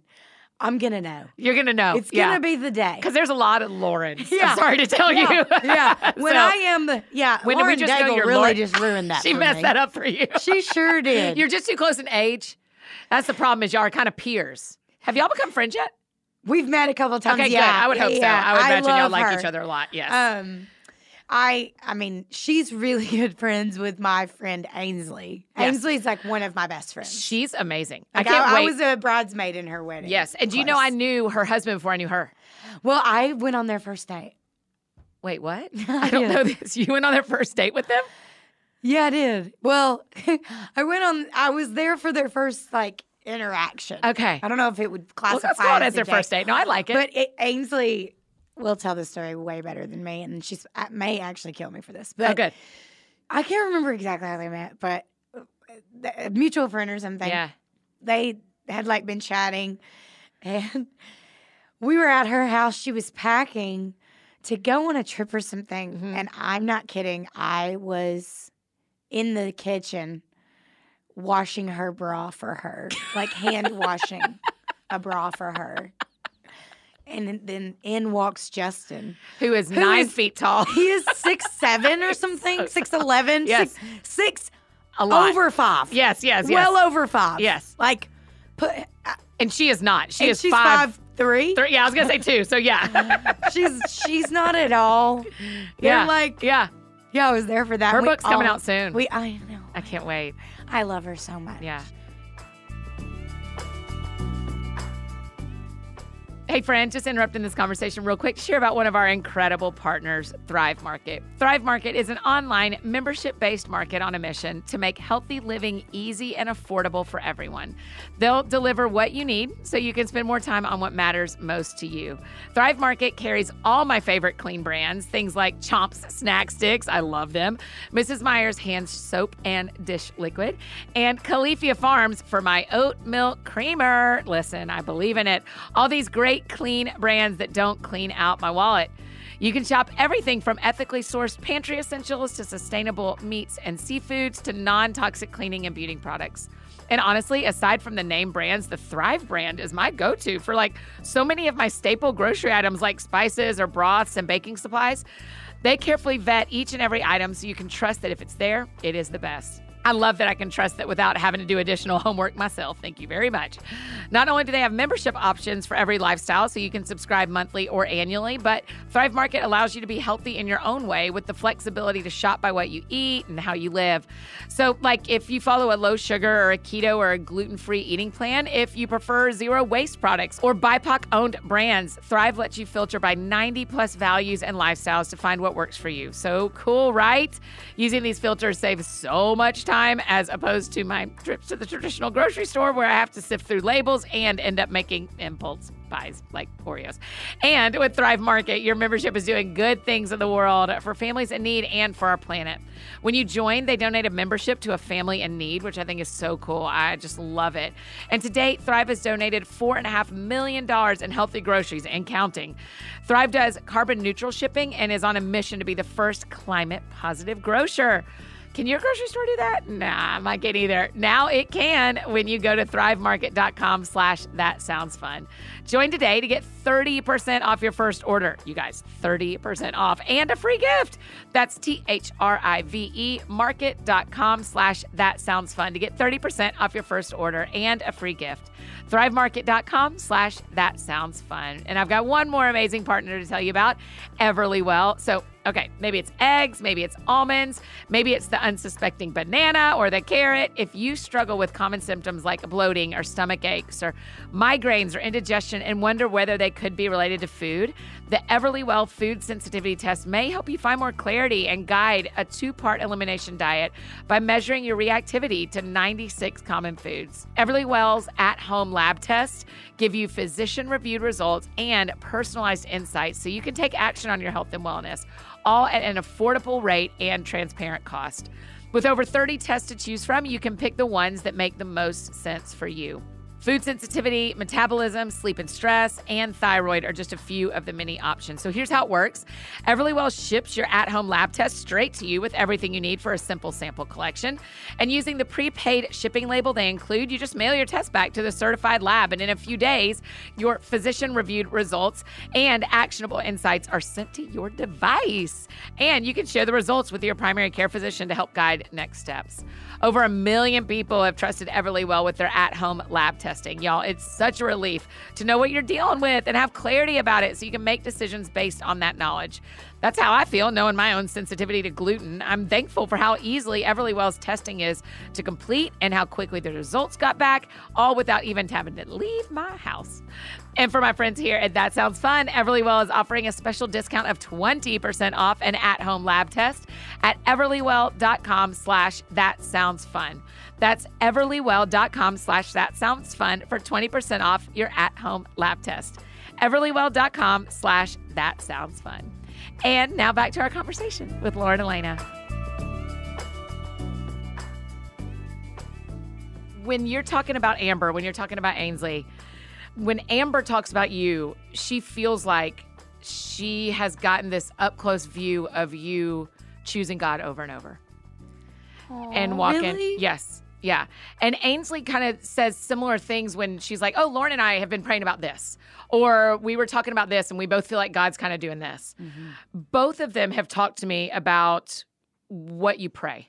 [SPEAKER 2] I'm gonna know.
[SPEAKER 1] You're gonna know.
[SPEAKER 2] It's gonna be the day.
[SPEAKER 1] because there's a lot of Laurens.
[SPEAKER 2] Yeah.
[SPEAKER 1] I'm sorry to tell
[SPEAKER 2] yeah,
[SPEAKER 1] you.
[SPEAKER 2] [laughs]
[SPEAKER 1] [laughs]
[SPEAKER 2] yeah. When
[SPEAKER 1] So,
[SPEAKER 2] I am the yeah,
[SPEAKER 1] When did we
[SPEAKER 2] Lauren
[SPEAKER 1] just know
[SPEAKER 2] Daigle
[SPEAKER 1] you're
[SPEAKER 2] really
[SPEAKER 1] Lauren-
[SPEAKER 2] just ruined
[SPEAKER 1] [laughs]
[SPEAKER 2] that.
[SPEAKER 1] she
[SPEAKER 2] for
[SPEAKER 1] messed
[SPEAKER 2] me.
[SPEAKER 1] that up for you. [laughs]
[SPEAKER 2] She sure did.
[SPEAKER 1] You're just too close in age. That's the problem. Is y'all are kind of peers. Have y'all become friends yet?
[SPEAKER 2] We've met a couple times.
[SPEAKER 1] Okay,
[SPEAKER 2] yeah,
[SPEAKER 1] good. I would hope
[SPEAKER 2] yeah.
[SPEAKER 1] so. I would imagine y'all
[SPEAKER 2] love
[SPEAKER 1] like
[SPEAKER 2] her.
[SPEAKER 1] each other a lot. Yes.
[SPEAKER 2] Um, I I mean, she's really [laughs] good friends with my friend Ainsley.
[SPEAKER 1] Yes.
[SPEAKER 2] Ainsley's like one of my best friends.
[SPEAKER 1] She's amazing.
[SPEAKER 2] Like,
[SPEAKER 1] I can't wait.
[SPEAKER 2] was a bridesmaid in her wedding.
[SPEAKER 1] yes. And do you know I
[SPEAKER 2] Close.
[SPEAKER 1] knew her husband before I knew her?
[SPEAKER 2] Well, I went on their first date.
[SPEAKER 1] Wait, what?
[SPEAKER 2] I
[SPEAKER 1] [laughs] I don't
[SPEAKER 2] [laughs] did.
[SPEAKER 1] know this. You went on their first date with them?
[SPEAKER 2] Yeah, I did. Well, [laughs] I went on. I was there for their first like interaction.
[SPEAKER 1] Okay.
[SPEAKER 2] I don't know if it would
[SPEAKER 1] Well,
[SPEAKER 2] classify
[SPEAKER 1] let's call it as
[SPEAKER 2] a
[SPEAKER 1] their
[SPEAKER 2] date.
[SPEAKER 1] first date. No, I like it.
[SPEAKER 2] But it, Ainsley will tell the story way better than me, and she's uh, may actually kill me for this. But
[SPEAKER 1] oh, good.
[SPEAKER 2] I can't remember exactly how they met, but uh, the- a mutual friend or something.
[SPEAKER 1] Yeah.
[SPEAKER 2] They had like been chatting, [laughs] and we were at her house. She was packing to go on a trip or something,
[SPEAKER 1] Mhm.
[SPEAKER 2] and I'm not kidding. I was in the kitchen washing her bra for her,
[SPEAKER 1] [laughs]
[SPEAKER 2] like hand washing a bra for her. And then in walks Justin.
[SPEAKER 1] Who is
[SPEAKER 2] Who
[SPEAKER 1] nine
[SPEAKER 2] is-
[SPEAKER 1] feet tall?
[SPEAKER 2] He is six seven
[SPEAKER 1] [laughs]
[SPEAKER 2] or something, six eleven,
[SPEAKER 1] Yes.
[SPEAKER 2] six six
[SPEAKER 1] A lot.
[SPEAKER 2] over five.
[SPEAKER 1] Yes, yes, yes.
[SPEAKER 2] well over five.
[SPEAKER 1] Yes.
[SPEAKER 2] like put.
[SPEAKER 1] and she is not. She
[SPEAKER 2] and
[SPEAKER 1] is
[SPEAKER 2] she's
[SPEAKER 1] five,
[SPEAKER 2] five three.
[SPEAKER 1] three. Yeah, I was gonna say two. So yeah,
[SPEAKER 2] [laughs] She's she's not at all. They're
[SPEAKER 1] [laughs] yeah,
[SPEAKER 2] like
[SPEAKER 1] yeah.
[SPEAKER 2] yeah, I was there for that.
[SPEAKER 1] Her
[SPEAKER 2] We
[SPEAKER 1] book's coming
[SPEAKER 2] all-
[SPEAKER 1] out soon.
[SPEAKER 2] We I know.
[SPEAKER 1] I can't wait.
[SPEAKER 2] I love her so much.
[SPEAKER 1] Yeah. Hey, friend, just interrupting this conversation real quick to share about one of our incredible partners, Thrive Market. Thrive Market is an online membership based market on a mission to make healthy living easy and affordable for everyone. They'll deliver what you need so you can spend more time on what matters most to you. Thrive Market carries all my favorite clean brands, things like Chomps snack sticks, I love them, Mrs. Meyer's hand soap and dish liquid, and Califia Farms for my oat milk creamer. Listen, I believe in it. All these great clean brands that don't clean out my wallet. You can shop everything from ethically sourced pantry essentials to sustainable meats and seafoods to non toxic cleaning and beauty products. And honestly, aside from the name brands, the Thrive brand is my go to for like so many of my staple grocery items like spices or broths and baking supplies. They carefully vet each and every item so you can trust that if it's there, it is the best. I love that I can trust that without having to do additional [laughs] homework myself. Thank you very much. Not only do they have membership options for every lifestyle, so you can subscribe monthly or annually, but Thrive Market allows you to be healthy in your own way with the flexibility to shop by what you eat and how you live. So, like if you follow a low sugar or a keto or a gluten free eating plan, if you prefer zero waste products or BIPOC owned brands, Thrive lets you filter by 90 plus values and lifestyles to find what works for you. So cool, right? Using these filters saves so much time as opposed to my trips to the traditional grocery store where I have to sift through labels and end up making impulse buys like Oreos. And with Thrive Market, your membership is doing good things in the world for families in need and for our planet. When you join, they donate a membership to a family in need, which I think is so cool. I just love it. And to date, Thrive has donated $4.5 million in healthy groceries and counting. Thrive does carbon neutral shipping and is on a mission to be the first climate positive grocer. Can your grocery store do that? Nah, my kid either. Now it can when you go to thrivemarket.com slash that sounds fun. Join today to get 30% off your first order. You guys, 30% off and a free gift. That's T-H-R-I-V-E E market.com slash that sounds fun to get 30% off your first order and a free gift. Thrivemarket.com slash that sounds fun. And I've got one more amazing partner to tell you about, Everly Well. So Okay, maybe it's eggs, maybe it's almonds, maybe it's the unsuspecting banana or the carrot. If you struggle with common symptoms like bloating or stomach aches or migraines or indigestion and wonder whether they could be related to food, the Everly Well Food Sensitivity Test may help you find more clarity and guide a two part elimination diet by measuring your reactivity to 96 common foods. Everly Well's at home lab tests give you physician reviewed results and personalized insights so you can take action on your health and wellness all at an affordable rate and transparent cost. With over 30 tests to choose from, you can pick the ones that make the most sense for you. Food sensitivity, metabolism, sleep and stress, and thyroid are just a few of the many options. So here's how it works Everlywell ships your at home lab test straight to you with everything you need for a simple sample collection. And using the prepaid shipping label they include, you just mail your test back to the certified lab. And in a few days, your physician reviewed results and actionable insights are sent to your device. And you can share the results with your primary care physician to help guide next steps. Over a million people have trusted Everlywell with their at home lab testing. Y'all, it's such a relief to know what you're dealing with and have clarity about it so you can make decisions based on that knowledge. That's how I feel, knowing my own sensitivity to gluten. I'm thankful for how easily Everlywell's testing is to complete and how quickly the results got back, all without even having to leave my house. And for my friends here at That Sounds Fun, Everlywell is offering a special discount of 20% off an at-home lab test at everlywell.com slash that sounds fun. That's everlywell.com slash that sounds fun for 20% off your at-home lab test. everlywell.com slash that sounds fun. And now back to our conversation with Lauren Elena. When you're talking about Amber, when you're talking about Ainsley, when Amber talks about you, she feels like she has gotten this up close view of you choosing God over and over and walking.
[SPEAKER 2] Oh, Really?
[SPEAKER 1] Yes. Yeah. And Ainsley kind of says similar things when she's like, oh, Lauren and I have been praying about this. Or we were talking about this and we both feel like God's kind of doing this.
[SPEAKER 2] Mm-hmm.
[SPEAKER 1] Both of them have talked to me about what you pray.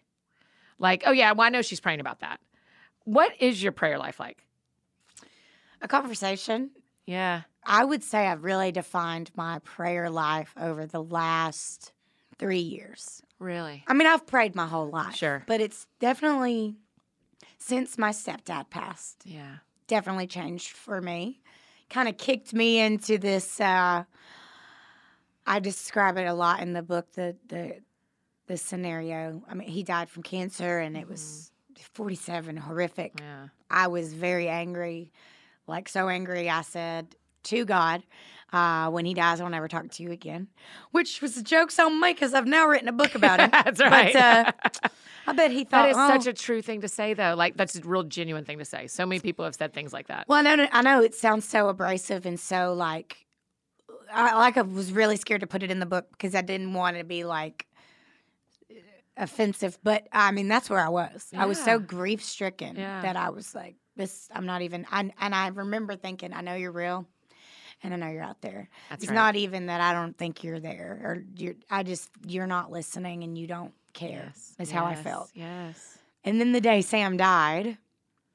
[SPEAKER 1] Like, oh, yeah, well, I know she's praying about that. What is your prayer life like?
[SPEAKER 2] A conversation.
[SPEAKER 1] Yeah.
[SPEAKER 2] I would say I've really defined my prayer life over the last three years.
[SPEAKER 1] Really?
[SPEAKER 2] I mean, I've prayed my whole life.
[SPEAKER 1] Sure.
[SPEAKER 2] But it's definitely since my stepdad passed,
[SPEAKER 1] Yeah.
[SPEAKER 2] definitely changed for me. Kind of kicked me into this uh I describe it a lot in the book, the the the scenario. I mean, he died from cancer and
[SPEAKER 1] Mm-hmm.
[SPEAKER 2] it was 47 horrific
[SPEAKER 1] [laughs] Yeah.
[SPEAKER 2] I was very angry, like so angry. I said to God, uh, "When he dies, I'll never talk to you again," which was a joke so on me because I've now written a book
[SPEAKER 1] [laughs]
[SPEAKER 2] about him.
[SPEAKER 1] That's right.
[SPEAKER 2] But, uh, I bet he thought
[SPEAKER 1] That is
[SPEAKER 2] oh,
[SPEAKER 1] such a true thing to say, though. Like, that's a real genuine thing to say. So many people have said things like that.
[SPEAKER 2] Well, I know, I know it sounds so abrasive and so like, I like I was really scared to put it in the book because I didn't want it to be like offensive. But I mean, that's where I was. I was
[SPEAKER 1] Yeah.
[SPEAKER 2] so grief stricken
[SPEAKER 1] Yeah.
[SPEAKER 2] that I was like, this. I'm not even. I, and I remember thinking, I know you're real, and I know you're out there.
[SPEAKER 1] That's
[SPEAKER 2] it's
[SPEAKER 1] right.
[SPEAKER 2] not even that I don't think you're there, or you're. I just you're not listening, and you don't care. Is how I
[SPEAKER 1] Yes.
[SPEAKER 2] felt.
[SPEAKER 1] Yes.
[SPEAKER 2] And then the day Sam died,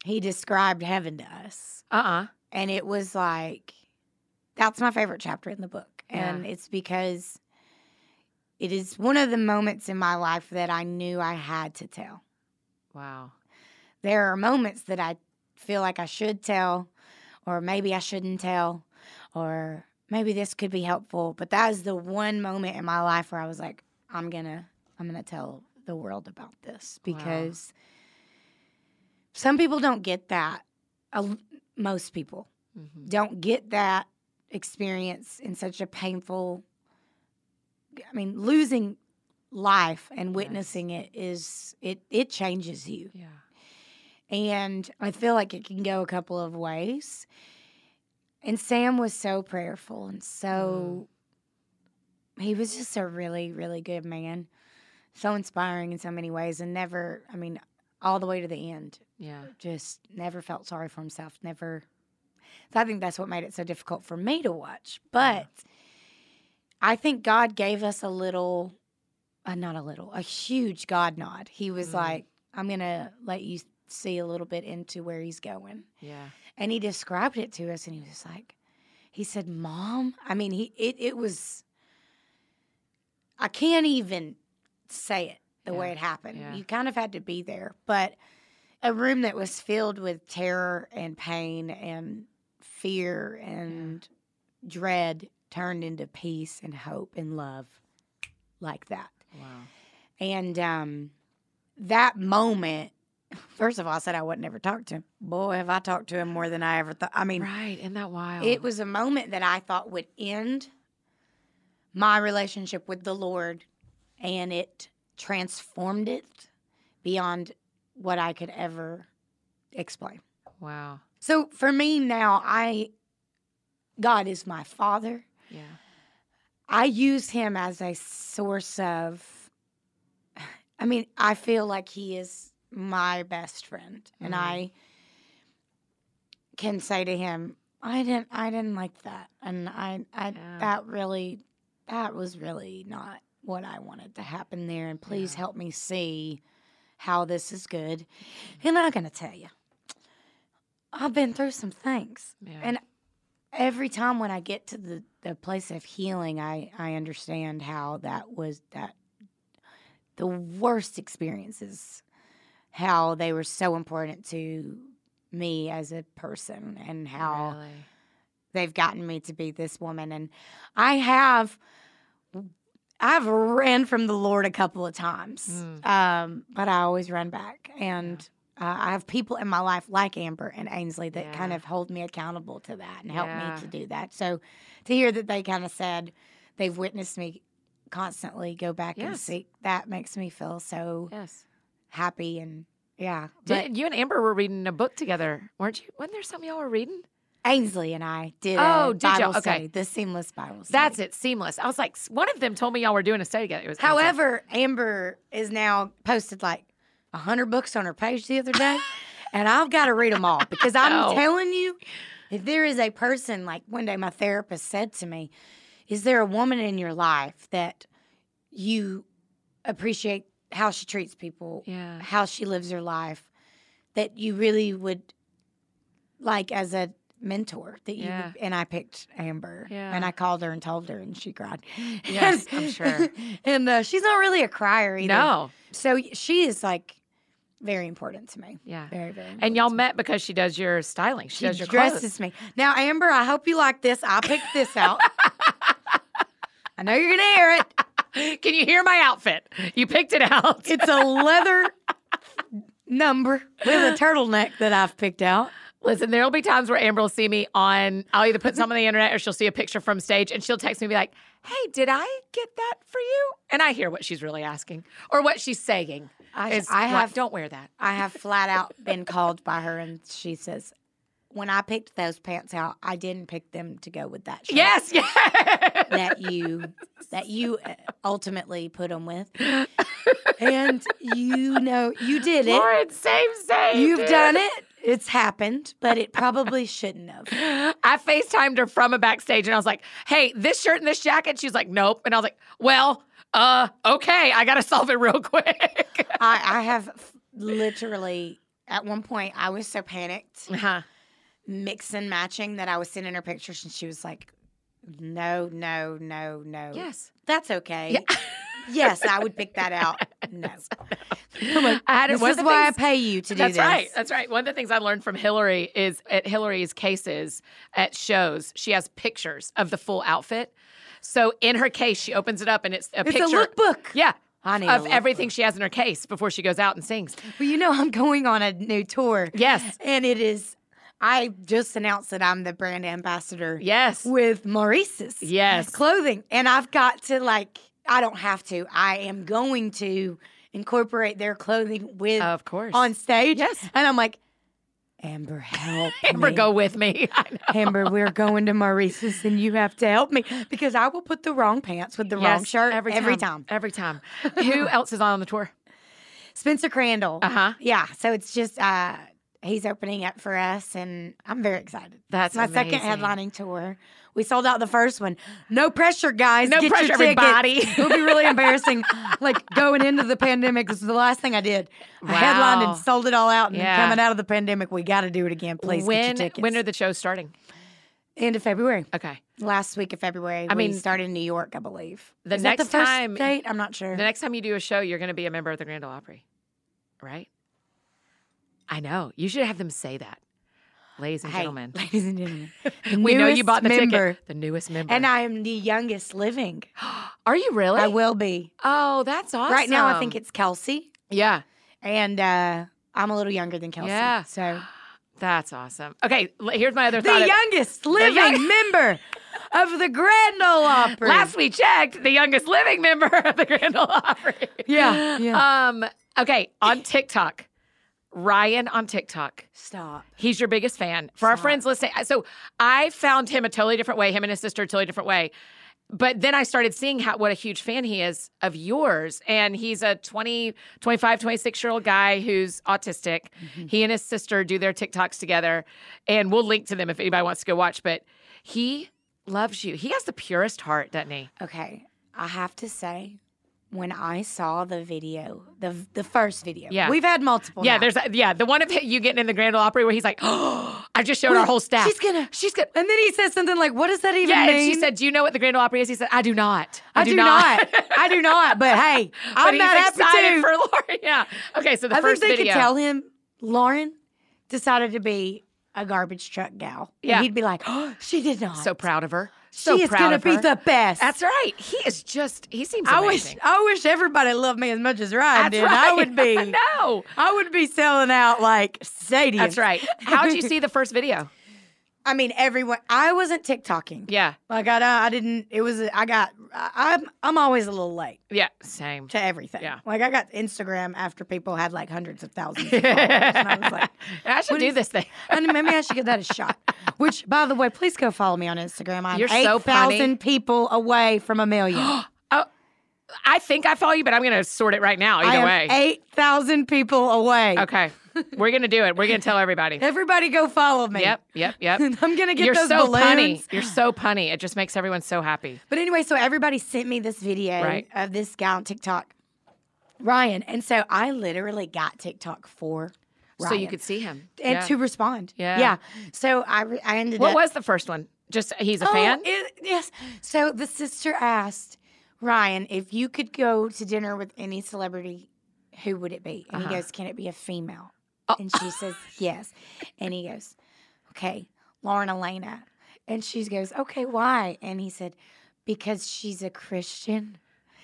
[SPEAKER 2] he described heaven to us
[SPEAKER 1] Uh uh
[SPEAKER 2] and it was like that's my favorite chapter in the book
[SPEAKER 1] Yeah.
[SPEAKER 2] and it's because it is one of the moments in my life that i knew i had to tell
[SPEAKER 1] Wow.
[SPEAKER 2] there are moments that i feel like i should tell or maybe i shouldn't tell or maybe this could be helpful but that is the one moment in my life where i was like i'm gonna i'm gonna tell the world about this
[SPEAKER 1] Wow.
[SPEAKER 2] because some people don't get that A l- most people
[SPEAKER 1] hmm
[SPEAKER 2] don't get that experience in such a painful i mean losing life and witnessing it is it it changes you
[SPEAKER 1] Yeah.
[SPEAKER 2] and i feel like it can go a couple of ways and sam was so prayerful and so he was just a really really good man so inspiring in so many ways and never i mean all the way to the end
[SPEAKER 1] Yeah.
[SPEAKER 2] just never felt sorry for himself, never. So I think that's what made it so difficult for me to watch. But I think God gave us a little, uh, not a little, a huge God nod. He was
[SPEAKER 1] Mm.
[SPEAKER 2] like, I'm going to let you see a little bit into where he's going.
[SPEAKER 1] Yeah.
[SPEAKER 2] And he described it to us and he was like, he said, Mom. I mean, he it, it was, I can't even say it the way
[SPEAKER 1] Yeah.
[SPEAKER 2] it happened.
[SPEAKER 1] Yeah.
[SPEAKER 2] You kind of had to be there, but a room that was filled with terror and pain and fear and dread turned into peace and hope and love like that.
[SPEAKER 1] Wow.
[SPEAKER 2] And um, that moment, first of all, I said I would never talk to him. Boy, have I talked to him more than I ever thought. I mean,
[SPEAKER 1] Right. Isn't that wild?
[SPEAKER 2] it was a moment that I thought would end my relationship with the Lord, and it transformed it beyond what I could ever explain.
[SPEAKER 1] Wow.
[SPEAKER 2] So for me now, I God is my father.
[SPEAKER 1] Yeah.
[SPEAKER 2] I use him as a source of I mean, I feel like he is my best friend and
[SPEAKER 1] Mhm.
[SPEAKER 2] I can say to him, I didn't I didn't like that and I I
[SPEAKER 1] Yeah.
[SPEAKER 2] that really that was really not what I wanted to happen there and please
[SPEAKER 1] Yeah.
[SPEAKER 2] help me see how this is good. And I'm going to tell you. I've been through some things
[SPEAKER 1] Yeah.
[SPEAKER 2] And- every time when I get to the, the place of healing, I, I understand how that was that the worst experiences, how they were so important to me as a person and how
[SPEAKER 1] Really.
[SPEAKER 2] they've gotten me to be this woman. And I have I've ran from the Lord a couple of times,
[SPEAKER 1] Mm.
[SPEAKER 2] um, but I always run back. And uh, I have people in my life like Amber and Ainsley that kind
[SPEAKER 1] Yeah.
[SPEAKER 2] of hold me accountable to that and help
[SPEAKER 1] Yeah.
[SPEAKER 2] me to do that. So to hear that they kind of said they've witnessed me constantly go back and
[SPEAKER 1] Yes.
[SPEAKER 2] seek, that makes me feel so
[SPEAKER 1] Yes.
[SPEAKER 2] happy. And yeah, but
[SPEAKER 1] Did, you and Amber were reading a book together, weren't you? Wasn't there something y'all were reading?
[SPEAKER 2] Ainsley and I did
[SPEAKER 1] Oh,
[SPEAKER 2] a
[SPEAKER 1] did y'all?
[SPEAKER 2] Bible
[SPEAKER 1] Okay.
[SPEAKER 2] study, the Seamless Bible study.
[SPEAKER 1] That's it. Seamless. I was like, s- one of them told me y'all were doing a study together. It was Amazon.
[SPEAKER 2] However, Amber is now posted like a hundred books on her page the
[SPEAKER 1] [laughs]
[SPEAKER 2] other day, and I've got to read them all because I'm
[SPEAKER 1] No.
[SPEAKER 2] telling you, if there is a person like one day my therapist said to me, "Is there a woman in your life that you appreciate how she treats people,
[SPEAKER 1] Yeah.
[SPEAKER 2] how she lives her life, that you really would like as a mentor that you?"
[SPEAKER 1] Yeah.
[SPEAKER 2] Would, and I picked Amber,
[SPEAKER 1] Yeah.
[SPEAKER 2] and I called her and told her, and she cried.
[SPEAKER 1] Yes,
[SPEAKER 2] [laughs]
[SPEAKER 1] I'm sure.
[SPEAKER 2] and uh, she's not really a crier either.
[SPEAKER 1] No.
[SPEAKER 2] So y- she is like very important to me.
[SPEAKER 1] Yeah.
[SPEAKER 2] Very, very.
[SPEAKER 1] And
[SPEAKER 2] important
[SPEAKER 1] y'all
[SPEAKER 2] to me.
[SPEAKER 1] met because she does your styling. She,
[SPEAKER 2] She
[SPEAKER 1] does your
[SPEAKER 2] dresses
[SPEAKER 1] clothes.
[SPEAKER 2] me now, Amber. I hope you like this. I picked this out. I know you're gonna hear
[SPEAKER 1] [laughs]
[SPEAKER 2] it.
[SPEAKER 1] Can you hear my outfit? You picked it out.
[SPEAKER 2] It's a leather number with a turtleneck that I've picked out.
[SPEAKER 1] Listen, there'll be times where Amber will see me on, I'll either put something on the internet or she'll see a picture from stage and she'll text me and be like, hey, did I get that for you? And I hear what she's really asking or what she's saying.
[SPEAKER 2] I,
[SPEAKER 1] It's
[SPEAKER 2] I
[SPEAKER 1] like,
[SPEAKER 2] have
[SPEAKER 1] don't wear that.
[SPEAKER 2] I have flat out been called by her, and she says, "When I picked those pants out, I didn't pick them to go with that shirt."
[SPEAKER 1] Yes, [laughs] yes.
[SPEAKER 2] that you that you uh, ultimately put them with, and you know you did it.
[SPEAKER 1] Lauren, same, same.
[SPEAKER 2] You've
[SPEAKER 1] dude.
[SPEAKER 2] done it. It's happened, but it probably shouldn't have.
[SPEAKER 1] [gasps] I FaceTimed her from a backstage and I was like, hey, this shirt and this jacket. She's like, nope. And I was like, well, uh, okay, I gotta [laughs] solve it real quick.
[SPEAKER 2] I, I have f- literally at one point I was so panicked,
[SPEAKER 1] Uh-huh.
[SPEAKER 2] mix and matching, that I was sending her pictures, and she was like, "No, no, no, no.
[SPEAKER 1] Yes.
[SPEAKER 2] that's okay.
[SPEAKER 1] Yeah.
[SPEAKER 2] yes, I would pick that [laughs] out. No,
[SPEAKER 1] I had it.
[SPEAKER 2] this
[SPEAKER 1] one of
[SPEAKER 2] is
[SPEAKER 1] the
[SPEAKER 2] why
[SPEAKER 1] things-
[SPEAKER 2] I pay you to do
[SPEAKER 1] That's
[SPEAKER 2] this.
[SPEAKER 1] right. That's right. One of the things I learned from Hillary is at Hillary's cases at shows, she has pictures of the full outfit. So in her case, she opens it up and it's a
[SPEAKER 2] It's
[SPEAKER 1] picture.
[SPEAKER 2] a lookbook.
[SPEAKER 1] Yeah.
[SPEAKER 2] I need
[SPEAKER 1] Of
[SPEAKER 2] a
[SPEAKER 1] everything she has in her case before she goes out and sings.
[SPEAKER 2] Well, you know, I'm going on a new tour.
[SPEAKER 1] Yes.
[SPEAKER 2] And it is, I just announced that I'm the brand ambassador
[SPEAKER 1] Yes.
[SPEAKER 2] with Maurice's
[SPEAKER 1] Yes.
[SPEAKER 2] clothing. And I've got to, like, I don't have to, I am going to incorporate their clothing with
[SPEAKER 1] Of course.
[SPEAKER 2] on stage.
[SPEAKER 1] Yes.
[SPEAKER 2] And I'm like, Amber, help
[SPEAKER 1] [laughs] Amber,
[SPEAKER 2] me.
[SPEAKER 1] go with me. [laughs] I know.
[SPEAKER 2] Amber, we're going to Maurice's and you have to help me because I will put the wrong pants with the wrong
[SPEAKER 1] Yes,
[SPEAKER 2] shirt
[SPEAKER 1] every time.
[SPEAKER 2] every time.
[SPEAKER 1] Every time.
[SPEAKER 2] [laughs]
[SPEAKER 1] Who else is on the tour?
[SPEAKER 2] Spencer Crandall.
[SPEAKER 1] Uh-huh.
[SPEAKER 2] Yeah. So it's just uh he's opening up for us and I'm very excited.
[SPEAKER 1] That's
[SPEAKER 2] It's my second
[SPEAKER 1] amazing.
[SPEAKER 2] headlining tour. We sold out the first one. No pressure, guys.
[SPEAKER 1] No
[SPEAKER 2] Get your
[SPEAKER 1] pressure,
[SPEAKER 2] tickets.
[SPEAKER 1] everybody.
[SPEAKER 2] It'll be really embarrassing. like going into the pandemic, this is the last thing I did. I headlined
[SPEAKER 1] Wow.
[SPEAKER 2] and sold it all out. And
[SPEAKER 1] Yeah.
[SPEAKER 2] coming out of the pandemic, we got to do it again. Please
[SPEAKER 1] when,
[SPEAKER 2] get your tickets.
[SPEAKER 1] when are the shows starting?
[SPEAKER 2] End of February.
[SPEAKER 1] Okay.
[SPEAKER 2] Last week of February.
[SPEAKER 1] I
[SPEAKER 2] I mean,
[SPEAKER 1] mean,
[SPEAKER 2] we started in New York, I believe.
[SPEAKER 1] the
[SPEAKER 2] Is that
[SPEAKER 1] next
[SPEAKER 2] the first
[SPEAKER 1] time-
[SPEAKER 2] date? I'm not sure.
[SPEAKER 1] The next time you do a show, you're going to be a member of the Grand Ole Opry, right? I know. You should have them say that, ladies and
[SPEAKER 2] Hey,
[SPEAKER 1] gentlemen.
[SPEAKER 2] [laughs] ladies and gentlemen, the
[SPEAKER 1] [laughs] We know you
[SPEAKER 2] newest
[SPEAKER 1] bought the
[SPEAKER 2] member.
[SPEAKER 1] ticket. The newest member.
[SPEAKER 2] And I am the youngest living.
[SPEAKER 1] are you really?
[SPEAKER 2] I will be.
[SPEAKER 1] Oh, that's awesome.
[SPEAKER 2] Right now, I think it's Kelsey,
[SPEAKER 1] yeah.
[SPEAKER 2] and uh, I'm a little younger than Kelsey.
[SPEAKER 1] Yeah.
[SPEAKER 2] So
[SPEAKER 1] That's awesome. Okay, l- here's my other
[SPEAKER 2] the
[SPEAKER 1] thought.
[SPEAKER 2] youngest living
[SPEAKER 1] young-
[SPEAKER 2] [laughs] member of the Grand Ole Opry.
[SPEAKER 1] Last we checked, the youngest living member of the Grand Ole Opry. [laughs]
[SPEAKER 2] Yeah,
[SPEAKER 1] Um. Okay, on TikTok, Ryan on TikTok.
[SPEAKER 2] Stop.
[SPEAKER 1] He's your biggest fan. For our
[SPEAKER 2] Stop.
[SPEAKER 1] friends listening, so I found him a totally different way. Him and his sister, a totally different way. But then I started seeing how what a huge fan he is of yours. And he's a 20, 25, 26 year old guy who's autistic.
[SPEAKER 2] Mm-hmm.
[SPEAKER 1] He and his sister do their TikToks together. And we'll link to them if anybody wants to go watch. But he loves you. He has the purest heart, doesn't he?
[SPEAKER 2] Okay, I have to say, when I saw the video, the the first video,
[SPEAKER 1] Yeah.
[SPEAKER 2] we've had multiple.
[SPEAKER 1] yeah,
[SPEAKER 2] now.
[SPEAKER 1] there's yeah, the one of you getting in the Grand Ole Opry where he's like, [gasps] Oh, I just showed our
[SPEAKER 2] Wait,
[SPEAKER 1] whole staff.
[SPEAKER 2] She's gonna,
[SPEAKER 1] she's gonna
[SPEAKER 2] and then he says something like, "What does that even
[SPEAKER 1] Yeah,
[SPEAKER 2] mean?"
[SPEAKER 1] and she said, "Do you know what the Grand Ole Opry is?" He said, "I do not.
[SPEAKER 2] "I do [laughs] not. I do not." But
[SPEAKER 1] [laughs]
[SPEAKER 2] hey,
[SPEAKER 1] But
[SPEAKER 2] I'm
[SPEAKER 1] he's
[SPEAKER 2] not happy
[SPEAKER 1] excited
[SPEAKER 2] too.
[SPEAKER 1] for [laughs] Lauren. Yeah. Okay, so the
[SPEAKER 2] I think
[SPEAKER 1] first
[SPEAKER 2] they
[SPEAKER 1] video.
[SPEAKER 2] could tell him Lauren decided to be a garbage truck gal. And
[SPEAKER 1] Yeah.
[SPEAKER 2] he'd be like, "Oh, she did not.
[SPEAKER 1] [laughs] So proud of her.
[SPEAKER 2] she
[SPEAKER 1] So
[SPEAKER 2] is
[SPEAKER 1] proud
[SPEAKER 2] gonna
[SPEAKER 1] of
[SPEAKER 2] be
[SPEAKER 1] her.
[SPEAKER 2] the best."
[SPEAKER 1] That's right. He is just. He seems.
[SPEAKER 2] I wish
[SPEAKER 1] amazing.
[SPEAKER 2] I wish everybody loved me as much as Ryan
[SPEAKER 1] That's
[SPEAKER 2] did.
[SPEAKER 1] right.
[SPEAKER 2] I
[SPEAKER 1] [laughs]
[SPEAKER 2] would be.
[SPEAKER 1] no.
[SPEAKER 2] I would be selling out like stadiums.
[SPEAKER 1] That's right. How would you see the first video?
[SPEAKER 2] [laughs] I mean, everyone. I wasn't TikToking.
[SPEAKER 1] Yeah.
[SPEAKER 2] Like I, I didn't. It was. I got. I, I'm. I'm always a little late
[SPEAKER 1] Yeah. Same.
[SPEAKER 2] to everything.
[SPEAKER 1] Yeah.
[SPEAKER 2] Like I got Instagram after people had like hundreds of thousands. Of followers, and I
[SPEAKER 1] [laughs]
[SPEAKER 2] was like,
[SPEAKER 1] I should
[SPEAKER 2] what
[SPEAKER 1] do
[SPEAKER 2] is-
[SPEAKER 1] this thing.
[SPEAKER 2] I mean, maybe I should give that a shot. Which, by the way, please go follow me on Instagram. I'm
[SPEAKER 1] You're so
[SPEAKER 2] eight
[SPEAKER 1] funny.
[SPEAKER 2] thousand people away from
[SPEAKER 1] [gasps]
[SPEAKER 2] a million.
[SPEAKER 1] I think I follow you, but I'm going to sort it right now.
[SPEAKER 2] I
[SPEAKER 1] Either
[SPEAKER 2] am
[SPEAKER 1] way.
[SPEAKER 2] eight thousand people away. [laughs]
[SPEAKER 1] okay. We're going to do it. We're going to tell everybody.
[SPEAKER 2] Everybody, go follow me.
[SPEAKER 1] Yep. Yep. Yep.
[SPEAKER 2] [laughs] I'm gonna get
[SPEAKER 1] You're
[SPEAKER 2] those
[SPEAKER 1] so
[SPEAKER 2] balloons.
[SPEAKER 1] punny. You're so punny. It just makes everyone so happy.
[SPEAKER 2] But anyway, so everybody sent me this video
[SPEAKER 1] Right.
[SPEAKER 2] of this guy on TikTok, Ryan, and so I literally got TikTok for Ryan.
[SPEAKER 1] So you could see him.
[SPEAKER 2] and
[SPEAKER 1] Yeah.
[SPEAKER 2] to respond.
[SPEAKER 1] Yeah.
[SPEAKER 2] yeah. So I re- I ended
[SPEAKER 1] What
[SPEAKER 2] up.
[SPEAKER 1] was the first one? Just he's a
[SPEAKER 2] Oh,
[SPEAKER 1] fan.
[SPEAKER 2] it- yes. So the sister asked Ryan if you could go to dinner with any celebrity, who would it be? And
[SPEAKER 1] Uh-huh.
[SPEAKER 2] he goes, "Can it be a female?"
[SPEAKER 1] Oh.
[SPEAKER 2] And she
[SPEAKER 1] [laughs]
[SPEAKER 2] says, "Yes." And he goes, "Okay, Lauren Elena." And she goes, "Okay, why?" And he said, "Because she's a Christian."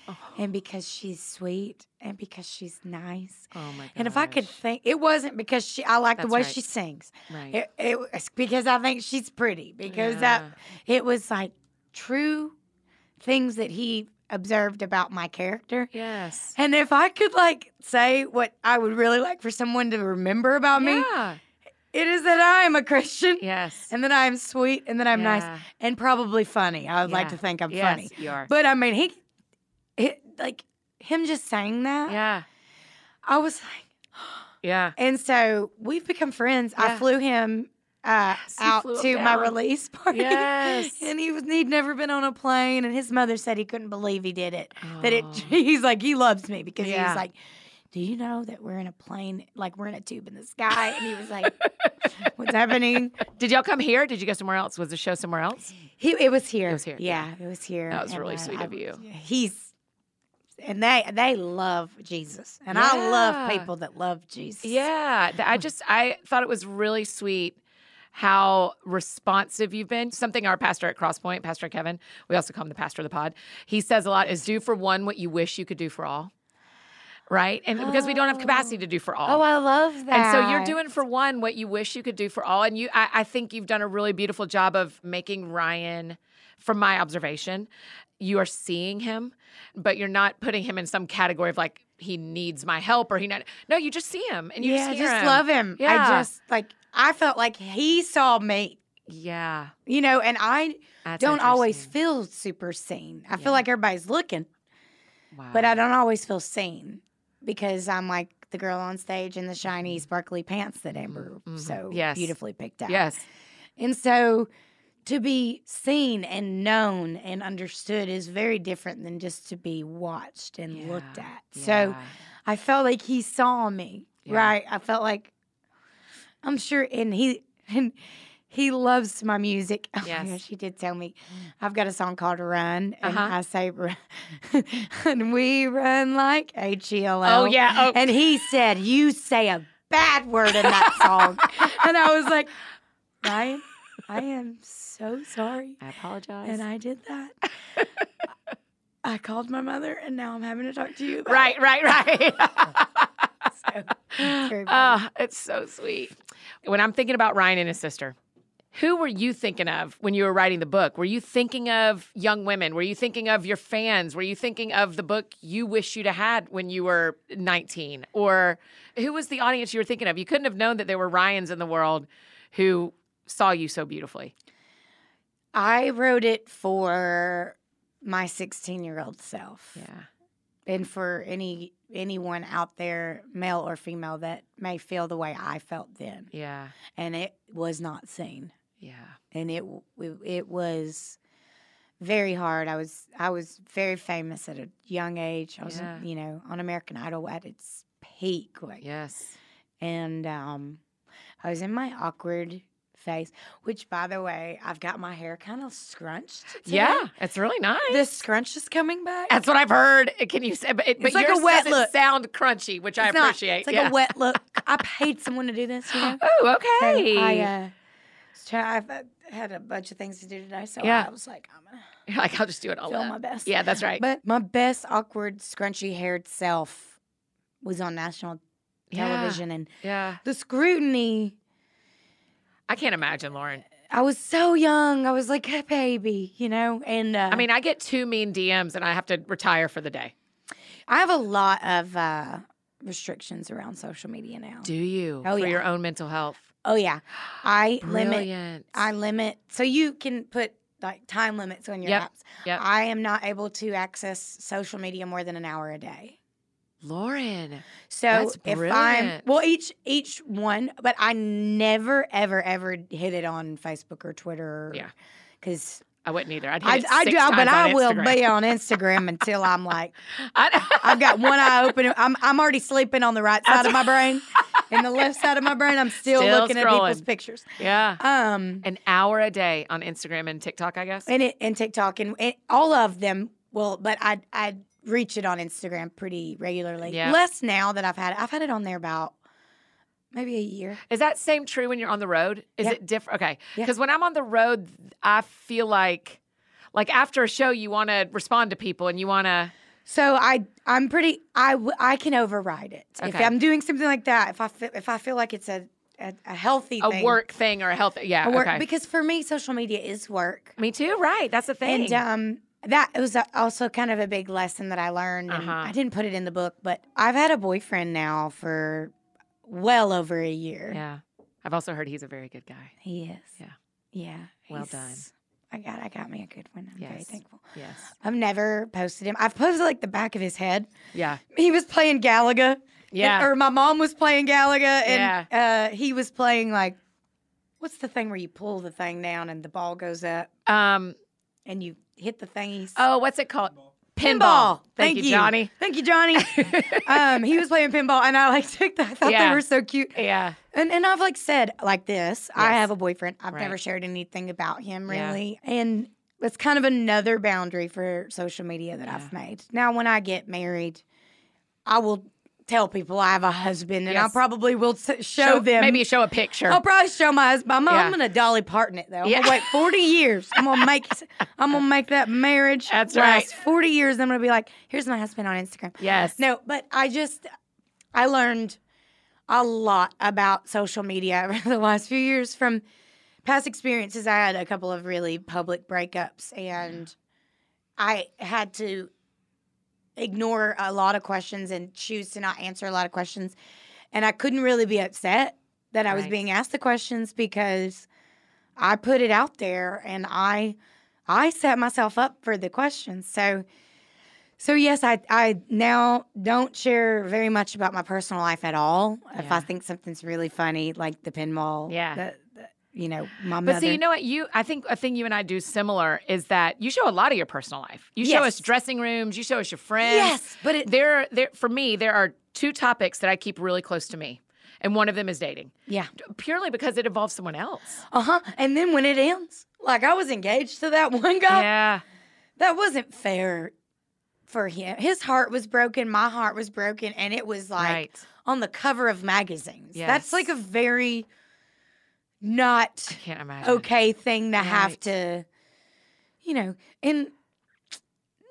[SPEAKER 1] Oh,
[SPEAKER 2] And because she's sweet, and because she's nice,
[SPEAKER 1] Oh my god.
[SPEAKER 2] and if I could think, it wasn't because she. I like the
[SPEAKER 1] That's
[SPEAKER 2] way
[SPEAKER 1] right.
[SPEAKER 2] she sings.
[SPEAKER 1] Right.
[SPEAKER 2] It, it was because I think she's pretty. Because that it was like true things that he observed about my character.
[SPEAKER 1] Yes.
[SPEAKER 2] And if I could like say what I would really like for someone to remember about me,
[SPEAKER 1] Yeah.
[SPEAKER 2] it is that I am a Christian.
[SPEAKER 1] Yes.
[SPEAKER 2] And that I am sweet and that I'm
[SPEAKER 1] Yeah.
[SPEAKER 2] nice and probably funny. I would like
[SPEAKER 1] Yeah.
[SPEAKER 2] to think I'm
[SPEAKER 1] yes,
[SPEAKER 2] funny.
[SPEAKER 1] You are.
[SPEAKER 2] But I mean he, he like him just saying that,
[SPEAKER 1] yeah.
[SPEAKER 2] I was like
[SPEAKER 1] Yeah.
[SPEAKER 2] and so we've become friends.
[SPEAKER 1] Yeah.
[SPEAKER 2] I flew him uh,
[SPEAKER 1] Yes, you
[SPEAKER 2] out
[SPEAKER 1] flew him
[SPEAKER 2] to my
[SPEAKER 1] down.
[SPEAKER 2] release party.
[SPEAKER 1] Yes.
[SPEAKER 2] [laughs] and he was he'd never been on a plane, and his mother said he couldn't believe he did it. That it
[SPEAKER 1] Oh.
[SPEAKER 2] [laughs] he's like he loves me because he
[SPEAKER 1] Yeah.
[SPEAKER 2] was like, do you know that we're in a plane, like we're in a tube in the sky? And he
[SPEAKER 1] [laughs]
[SPEAKER 2] was like, what's happening?
[SPEAKER 1] Did y'all come here? Did you go somewhere else? Was the show somewhere else?
[SPEAKER 2] He it was here.
[SPEAKER 1] It was here, yeah.
[SPEAKER 2] Yeah, it was here.
[SPEAKER 1] That was
[SPEAKER 2] and,
[SPEAKER 1] really
[SPEAKER 2] uh,
[SPEAKER 1] sweet
[SPEAKER 2] I-
[SPEAKER 1] of you.
[SPEAKER 2] He's and they they love Jesus, and I
[SPEAKER 1] Yeah.
[SPEAKER 2] love people that love Jesus.
[SPEAKER 1] Yeah. th- I just I thought it was really sweet how responsive you've been. Something our pastor at Crosspoint, Pastor Kevin, we also call him the pastor of the pod. He says a lot is do for one what you wish you could do for all. Right? And because we don't have capacity to do for all.
[SPEAKER 2] Oh, I love that.
[SPEAKER 1] And so you're doing for one what you wish you could do for all. And you I, I think you've done a really beautiful job of making Ryan, from my observation, you are seeing him, but you're not putting him in some category of like he needs my help or he not no, you just see him and you
[SPEAKER 2] yeah,
[SPEAKER 1] just
[SPEAKER 2] just,
[SPEAKER 1] hear him.
[SPEAKER 2] love him.
[SPEAKER 1] Yeah.
[SPEAKER 2] I just like I felt like he saw me,
[SPEAKER 1] Yeah.
[SPEAKER 2] you know, and I
[SPEAKER 1] that's
[SPEAKER 2] don't always
[SPEAKER 1] interesting.
[SPEAKER 2] feel super seen. I
[SPEAKER 1] Yeah.
[SPEAKER 2] feel like everybody's looking,
[SPEAKER 1] wow.
[SPEAKER 2] but I don't always feel seen because I'm like the girl on stage in the shiny sparkly pants that Amber
[SPEAKER 1] Mhm.
[SPEAKER 2] so
[SPEAKER 1] Mm-hmm. Yes.
[SPEAKER 2] beautifully picked out.
[SPEAKER 1] Yes.
[SPEAKER 2] And so to be seen and known and understood is very different than just to be watched and looked
[SPEAKER 1] Yeah.
[SPEAKER 2] at. So
[SPEAKER 1] Yeah.
[SPEAKER 2] I felt like he saw me,
[SPEAKER 1] Yeah.
[SPEAKER 2] right? I felt like I'm sure, and he [laughs] and he loves my music. Oh
[SPEAKER 1] Yes.
[SPEAKER 2] my gosh, he did tell me I've got a song called "Run," and
[SPEAKER 1] Uh-huh.
[SPEAKER 2] I say, [laughs] "Run," and we run like H E L
[SPEAKER 1] Oh
[SPEAKER 2] L.
[SPEAKER 1] yeah. Oh
[SPEAKER 2] and he said, "You say a bad word in that
[SPEAKER 1] [laughs]
[SPEAKER 2] song," and I was like, Ryan, I am so sorry,
[SPEAKER 1] I apologize.
[SPEAKER 2] and I did
[SPEAKER 1] [laughs]
[SPEAKER 2] that. I called my mother, and now I'm having to talk to you. About
[SPEAKER 1] Right,
[SPEAKER 2] it."
[SPEAKER 1] right, [laughs] right.
[SPEAKER 2] So, very funny. [laughs]
[SPEAKER 1] Ah, it's so sweet. When I'm thinking about Ryan and his sister, Who were you thinking of when you were writing the book? Were you thinking of young women? Were you thinking of your fans? Were you thinking of the book you wish you'd have had when you were 19? Or who was the audience you were thinking of? You couldn't have known that there were Ryans in the world who saw you so beautifully.
[SPEAKER 2] I wrote it for my 16 year old self
[SPEAKER 1] Yeah.
[SPEAKER 2] and for any anyone out there male or female that may feel the way I felt then
[SPEAKER 1] Yeah.
[SPEAKER 2] and it was not seen
[SPEAKER 1] Yeah.
[SPEAKER 2] and it w- it, it was very hard I was I was very famous at a young age I was
[SPEAKER 1] Yeah.
[SPEAKER 2] you know on American Idol at its peak like
[SPEAKER 1] Yes.
[SPEAKER 2] and um, I was in my awkward phase, which, by the way, I've got my hair kind of scrunched. today.
[SPEAKER 1] Yeah. It's really nice.
[SPEAKER 2] the scrunch is coming back.
[SPEAKER 1] That's what I've heard. Can you say? But, it, but
[SPEAKER 2] It's like a
[SPEAKER 1] yours
[SPEAKER 2] wet
[SPEAKER 1] doesn't
[SPEAKER 2] look.
[SPEAKER 1] sound crunchy, which I
[SPEAKER 2] It's not-
[SPEAKER 1] appreciate.
[SPEAKER 2] It's like
[SPEAKER 1] yeah.
[SPEAKER 2] a
[SPEAKER 1] [laughs]
[SPEAKER 2] wet look. I paid someone to do this,
[SPEAKER 1] [gasps]
[SPEAKER 2] you know.
[SPEAKER 1] Oh,
[SPEAKER 2] So
[SPEAKER 1] okay.
[SPEAKER 2] I uh, was try- I've uh, had a bunch of things to do today, so
[SPEAKER 1] Yeah.
[SPEAKER 2] I was like, I'm gonna
[SPEAKER 1] You're [laughs] like I'll just do it all.
[SPEAKER 2] feel
[SPEAKER 1] up.
[SPEAKER 2] my
[SPEAKER 1] [laughs]
[SPEAKER 2] best.
[SPEAKER 1] Yeah, that's right.
[SPEAKER 2] But my best awkward, scrunchy-haired self was on national
[SPEAKER 1] Yeah.
[SPEAKER 2] television, and
[SPEAKER 1] yeah,
[SPEAKER 2] the scrutiny.
[SPEAKER 1] I can't imagine, Lauren.
[SPEAKER 2] I was so young. I was like a baby, you know. And uh,
[SPEAKER 1] I mean, I get two mean DMs and I have to retire for the day.
[SPEAKER 2] I have a lot of uh, restrictions around social media now.
[SPEAKER 1] Do you
[SPEAKER 2] Oh,
[SPEAKER 1] for
[SPEAKER 2] yeah.
[SPEAKER 1] your own mental health?
[SPEAKER 2] Oh yeah, I limit.
[SPEAKER 1] Brilliant.
[SPEAKER 2] I limit. So you can put like time limits on your
[SPEAKER 1] Yep,
[SPEAKER 2] apps.
[SPEAKER 1] yep.
[SPEAKER 2] I am not able to access social media more than an hour a day.
[SPEAKER 1] Lauren.
[SPEAKER 2] So
[SPEAKER 1] That's
[SPEAKER 2] if I'm
[SPEAKER 1] brilliant.
[SPEAKER 2] well, each each one, but I never ever ever hit it on Facebook or Twitter.
[SPEAKER 1] Yeah.
[SPEAKER 2] Because
[SPEAKER 1] I wouldn't either. I'd hit
[SPEAKER 2] I,
[SPEAKER 1] it
[SPEAKER 2] I do,
[SPEAKER 1] six times
[SPEAKER 2] but
[SPEAKER 1] on
[SPEAKER 2] I will
[SPEAKER 1] Instagram.
[SPEAKER 2] be on Instagram until I'm like,
[SPEAKER 1] [laughs]
[SPEAKER 2] [laughs]
[SPEAKER 1] I-
[SPEAKER 2] I've got one eye open. I'm I'm already sleeping on the right side of my brain. And the left side of my brain, I'm still,
[SPEAKER 1] Still
[SPEAKER 2] looking at people's
[SPEAKER 1] scrolling.
[SPEAKER 2] pictures.
[SPEAKER 1] [laughs] yeah,
[SPEAKER 2] Um,
[SPEAKER 1] an hour a day on Instagram and TikTok, I guess.
[SPEAKER 2] and it, and TikTok and, and all of them. Well, but I I reach it on Instagram pretty regularly.
[SPEAKER 1] Yeah.
[SPEAKER 2] Less now that I've had it. I've had it on there about maybe a year.
[SPEAKER 1] Is that same true when you're on the road? Is
[SPEAKER 2] Yeah.
[SPEAKER 1] it different? Okay,
[SPEAKER 2] Yeah.
[SPEAKER 1] because when I'm on the road, I feel like, like after a show, you want to respond to people and you want to.
[SPEAKER 2] So I I'm pretty I w- I can override it if
[SPEAKER 1] Okay.
[SPEAKER 2] I'm doing something like that. If I feel, if I feel like it's a a, a healthy
[SPEAKER 1] a
[SPEAKER 2] thing,
[SPEAKER 1] work thing or a health. Yeah,
[SPEAKER 2] a work
[SPEAKER 1] okay.
[SPEAKER 2] because for me social media is work.
[SPEAKER 1] Me too. Right. That's the thing.
[SPEAKER 2] And um, that was a- also kind of a big lesson that I learned. And
[SPEAKER 1] Uh-huh.
[SPEAKER 2] I didn't put it in the book, but I've had a boyfriend now for well over a year.
[SPEAKER 1] yeah. I've also heard he's a very good guy.
[SPEAKER 2] He is.
[SPEAKER 1] Yeah.
[SPEAKER 2] Yeah.
[SPEAKER 1] Well done.
[SPEAKER 2] he's- I got I got me a good one. I'm very
[SPEAKER 1] Yes.
[SPEAKER 2] thankful.
[SPEAKER 1] Yes.
[SPEAKER 2] I've never posted him. I've posted like the back of his head.
[SPEAKER 1] Yeah.
[SPEAKER 2] He was playing Galaga. and-
[SPEAKER 1] Yeah.
[SPEAKER 2] or my mom was playing Galaga and uh, he was playing like what's the thing where you pull the thing down and the ball goes up
[SPEAKER 1] um.
[SPEAKER 2] and you hit the thing he's
[SPEAKER 1] Oh, what's it called? Pinball. Thank, you,
[SPEAKER 2] [laughs]
[SPEAKER 1] Johnny.
[SPEAKER 2] Thank you,
[SPEAKER 1] [laughs]
[SPEAKER 2] Johnny. um, he was playing pinball, and I like [laughs] took that. I thought
[SPEAKER 1] Yeah.
[SPEAKER 2] they were so cute.
[SPEAKER 1] Yeah.
[SPEAKER 2] And and I've like said like this. I
[SPEAKER 1] Yes.
[SPEAKER 2] have a boyfriend. I've
[SPEAKER 1] Right.
[SPEAKER 2] never shared anything about him
[SPEAKER 1] Yeah.
[SPEAKER 2] really, and that's kind of another boundary for social media that I've made. Now, when I get married, I will tell people I have a husband, and I
[SPEAKER 1] Yes.
[SPEAKER 2] probably will s- show, them. Oh,
[SPEAKER 1] Maybe show a picture.
[SPEAKER 2] I'll probably show my husband. I'm,
[SPEAKER 1] Yeah.
[SPEAKER 2] I'm gonna Dolly Parton it though. I'm
[SPEAKER 1] Yeah.
[SPEAKER 2] gonna wait 40 years. I'm gonna make I'm gonna make that marriage
[SPEAKER 1] That's
[SPEAKER 2] last
[SPEAKER 1] right.
[SPEAKER 2] 40 years. I'm gonna be like, here's my husband on Instagram.
[SPEAKER 1] yes.
[SPEAKER 2] No, but I just I learned a lot about social media [laughs] over the last few years from past experiences. I had a couple of really public breakups and I had to ignore a lot of questions and choose to not answer a lot of questions. And I couldn't really be upset that I was
[SPEAKER 1] Right.
[SPEAKER 2] being asked the questions because I put it out there and I I set myself up for the questions. So so yes, I I now don't share very much about my personal life at all. If
[SPEAKER 1] Yeah.
[SPEAKER 2] I think something's really funny, like the pinball,
[SPEAKER 1] Yeah.
[SPEAKER 2] the- the- you know, my
[SPEAKER 1] But
[SPEAKER 2] mother.
[SPEAKER 1] see, you know what? You, I think a thing you and I do similar is that you show a lot of your personal life. You show
[SPEAKER 2] Yes.
[SPEAKER 1] us dressing rooms. You show us your friends.
[SPEAKER 2] yes, but it,
[SPEAKER 1] There, there. For me, there are two topics that I keep really close to me, and one of them is dating,
[SPEAKER 2] yeah,
[SPEAKER 1] purely because it involves someone else.
[SPEAKER 2] uh huh. And then when it ends, like I was engaged to that one guy,
[SPEAKER 1] Yeah.
[SPEAKER 2] that wasn't fair for him. His heart was broken, my heart was broken, and it was like
[SPEAKER 1] right.
[SPEAKER 2] on the cover of magazines. That's like a
[SPEAKER 1] Yes.
[SPEAKER 2] very not
[SPEAKER 1] Can't imagine.
[SPEAKER 2] okay thing to have
[SPEAKER 1] Right.
[SPEAKER 2] to, you know, and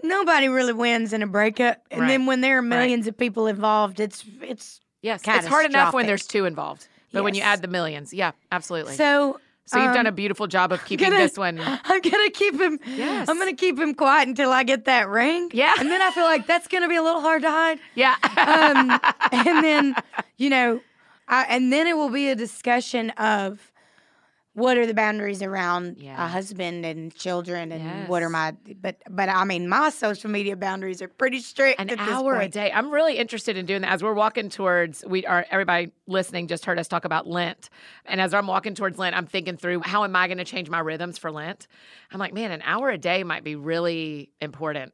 [SPEAKER 2] nobody really wins in a breakup. And then
[SPEAKER 1] Right.
[SPEAKER 2] when there are millions of people involved, it's it's
[SPEAKER 1] Yes, it's hard enough when
[SPEAKER 2] catastrophic.
[SPEAKER 1] there's two involved, but when you
[SPEAKER 2] Yes.
[SPEAKER 1] add the millions, yeah, absolutely.
[SPEAKER 2] so
[SPEAKER 1] So you've done
[SPEAKER 2] Um,
[SPEAKER 1] a beautiful job
[SPEAKER 2] [laughs]
[SPEAKER 1] of keeping
[SPEAKER 2] gonna-
[SPEAKER 1] this one.
[SPEAKER 2] I'm gonna keep him.
[SPEAKER 1] Yes.
[SPEAKER 2] I'm gonna keep him quiet until I get that ring.
[SPEAKER 1] Yeah.
[SPEAKER 2] and then I feel like that's gonna be a little hard to hide. [laughs]
[SPEAKER 1] Yeah. [laughs]
[SPEAKER 2] Um, and then you know, I, and then it will be a discussion of what are the boundaries around
[SPEAKER 1] Yeah.
[SPEAKER 2] a husband and children, and what are
[SPEAKER 1] Yes.
[SPEAKER 2] my but but I mean my social media boundaries are pretty strict.
[SPEAKER 1] an
[SPEAKER 2] at this
[SPEAKER 1] hour a
[SPEAKER 2] point.
[SPEAKER 1] day. I'm really interested in doing that. As we're walking towards, we are everybody listening just heard us talk about Lent, and as I'm walking towards Lent, I'm thinking through how am I going to change my rhythms for Lent. I'm like, man, an hour a day might be really important.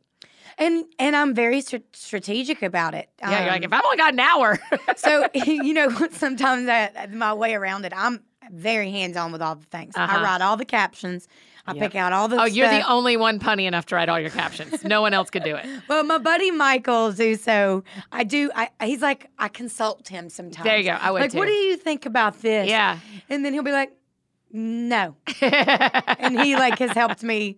[SPEAKER 2] and and I'm very str- strategic about it.
[SPEAKER 1] Yeah, you're like,
[SPEAKER 2] Um,
[SPEAKER 1] if I've only got an
[SPEAKER 2] [laughs]
[SPEAKER 1] hour, [laughs]
[SPEAKER 2] so you know [laughs] sometimes I, my way around it i'm very hands-on with all the things
[SPEAKER 1] Uh-huh.
[SPEAKER 2] i write all the captions i
[SPEAKER 1] Yep.
[SPEAKER 2] pick out all the
[SPEAKER 1] oh, you're the
[SPEAKER 2] stuff.
[SPEAKER 1] only one punny enough to write all your captions. No one else could
[SPEAKER 2] [laughs]
[SPEAKER 1] do it.
[SPEAKER 2] well my buddy michael Zuso, i do I, he's like i consult him sometimes
[SPEAKER 1] There you go. I would
[SPEAKER 2] like
[SPEAKER 1] too.
[SPEAKER 2] what do you think about this
[SPEAKER 1] Yeah.
[SPEAKER 2] and then he'll be like no
[SPEAKER 1] [laughs]
[SPEAKER 2] and he like has helped me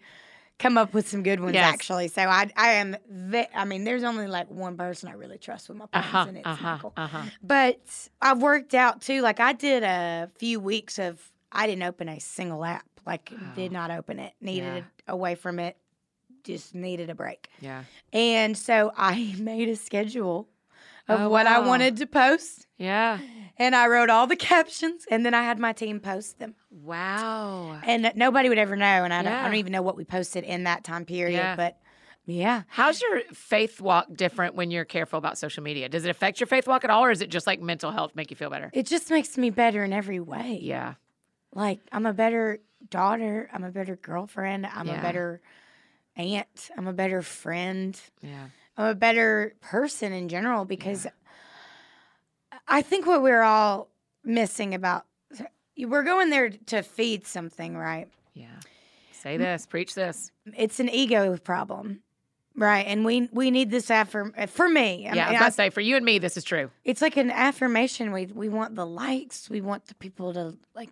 [SPEAKER 2] come up with some good ones
[SPEAKER 1] Yes.
[SPEAKER 2] actually so i i am ve- i mean there's only like one person i really trust with my plans
[SPEAKER 1] uh-huh,
[SPEAKER 2] and it's
[SPEAKER 1] uh-huh,
[SPEAKER 2] michael
[SPEAKER 1] uh-huh.
[SPEAKER 2] But I've worked out too. Like I did a few weeks of I didn't open a single app. Like
[SPEAKER 1] Wow.
[SPEAKER 2] did not open it.
[SPEAKER 1] Oh. Yeah.
[SPEAKER 2] Needed a away from it. Just needed a break.
[SPEAKER 1] [laughs] Yeah.
[SPEAKER 2] And so I [laughs] made a schedule of
[SPEAKER 1] Oh,
[SPEAKER 2] what
[SPEAKER 1] wow.
[SPEAKER 2] I wanted to post.
[SPEAKER 1] Yeah.
[SPEAKER 2] And I wrote all the [laughs] captions and then I had my team post them.
[SPEAKER 1] Wow.
[SPEAKER 2] And nobody would ever know. And I don't, I
[SPEAKER 1] Yeah.
[SPEAKER 2] don't even know what we posted in that time period.
[SPEAKER 1] Yeah.
[SPEAKER 2] But yeah.
[SPEAKER 1] How's your faith walk different when you're careful about social media? Does it affect your faith walk at all, or is it just like mental health make you feel better?
[SPEAKER 2] It just makes me better in every way.
[SPEAKER 1] Yeah.
[SPEAKER 2] like I'm a better daughter, I'm a better girlfriend, I'm
[SPEAKER 1] Yeah.
[SPEAKER 2] a better aunt, I'm a better friend,
[SPEAKER 1] Yeah.
[SPEAKER 2] I'm a better person in general because I think what we're all missing about we're going there to feed something, right?
[SPEAKER 1] Yeah. Say this, preach this.
[SPEAKER 2] It's an ego problem. Right, and we we need this affirm for me. I
[SPEAKER 1] yeah, I was
[SPEAKER 2] mean,
[SPEAKER 1] about
[SPEAKER 2] I-
[SPEAKER 1] to say for you and me, this is true.
[SPEAKER 2] it's like an affirmation. We we want the likes. We want the people to like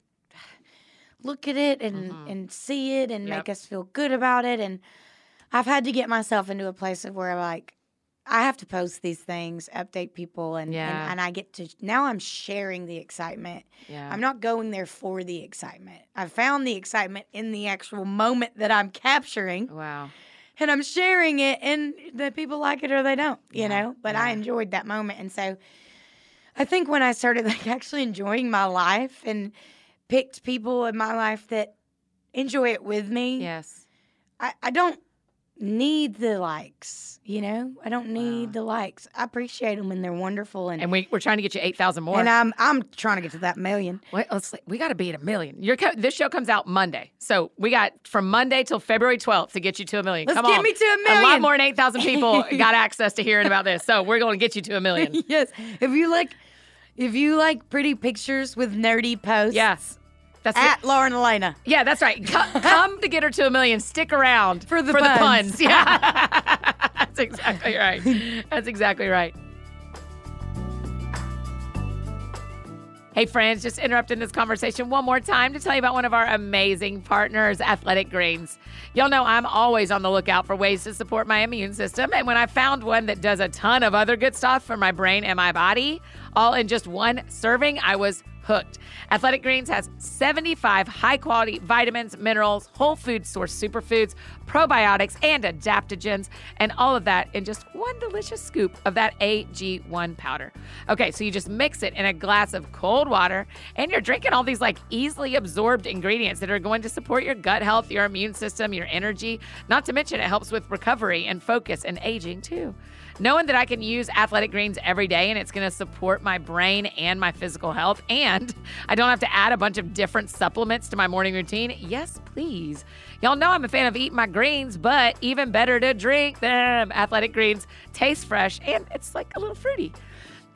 [SPEAKER 2] look at it and
[SPEAKER 1] Mhm.
[SPEAKER 2] and see it and
[SPEAKER 1] Yep.
[SPEAKER 2] make us feel good about it. And I've had to get myself into a place of where like I have to post these things, update people, and
[SPEAKER 1] Yeah.
[SPEAKER 2] and, and I get to now I'm sharing the excitement.
[SPEAKER 1] Yeah.
[SPEAKER 2] I'm not going there for the excitement. I found the excitement in the actual moment that I'm capturing
[SPEAKER 1] [laughs] wow.
[SPEAKER 2] and I'm sharing it, and the people like it or they don't, you
[SPEAKER 1] Yeah,
[SPEAKER 2] know. But I
[SPEAKER 1] yeah.
[SPEAKER 2] enjoyed that moment, and so I think when I started [laughs] like actually enjoying my life and picked people in my life that enjoy it with me,
[SPEAKER 1] Yes.
[SPEAKER 2] I, I don't need the likes, you know. I don't need
[SPEAKER 1] Wow.
[SPEAKER 2] the likes. I appreciate them when they're wonderful, and
[SPEAKER 1] And
[SPEAKER 2] and,
[SPEAKER 1] we, we're trying to get you 8,000 more.
[SPEAKER 2] I'm I'm trying to get to that
[SPEAKER 1] [laughs]
[SPEAKER 2] million.
[SPEAKER 1] Wait, let's, we got to be at a million. Your co- this show comes out Monday. So we got from Monday till February 12th to get you to a million.
[SPEAKER 2] Let's
[SPEAKER 1] Come
[SPEAKER 2] get
[SPEAKER 1] on.
[SPEAKER 2] me to a
[SPEAKER 1] A
[SPEAKER 2] million.
[SPEAKER 1] lot more than 8,000
[SPEAKER 2] [laughs]
[SPEAKER 1] people got access to hearing about this. So we're going to get you to a million.
[SPEAKER 2] yes, if you like, if you like pretty pictures with nerdy posts,
[SPEAKER 1] Yes. That's it.
[SPEAKER 2] at Lauren Elena.
[SPEAKER 1] Yeah, that's right.
[SPEAKER 2] [laughs]
[SPEAKER 1] Come, come to get her to a million. Stick around
[SPEAKER 2] For the
[SPEAKER 1] for the
[SPEAKER 2] puns.
[SPEAKER 1] puns.
[SPEAKER 2] [laughs]
[SPEAKER 1] Yeah, [laughs] that's exactly right. That's exactly right. Hey, friends, just interrupting this conversation one more time to tell you about one of our amazing partners, Athletic Greens. Y'all know I'm always on the lookout for ways to support my immune system. And when I found one that does a ton of other good stuff for my brain and my body, all in just one serving, I was hooked. Athletic Greens has 75 high quality vitamins, minerals, whole food source superfoods, probiotics, and adaptogens, and all of that in just one delicious scoop of that AG1 powder. Okay, so you just mix it in a glass of cold water, and you're drinking all these like easily absorbed ingredients that are going to support your gut health, your immune system, your energy, not to mention it helps with recovery and focus and aging too. Knowing that I can use athletic greens every day and it's going to support my brain and my physical health, and I don't have to add a bunch of different supplements to my morning routine. Yes, please. Y'all know I'm a fan of eating my greens, but even better to drink them. Athletic greens taste fresh and it's like a little fruity.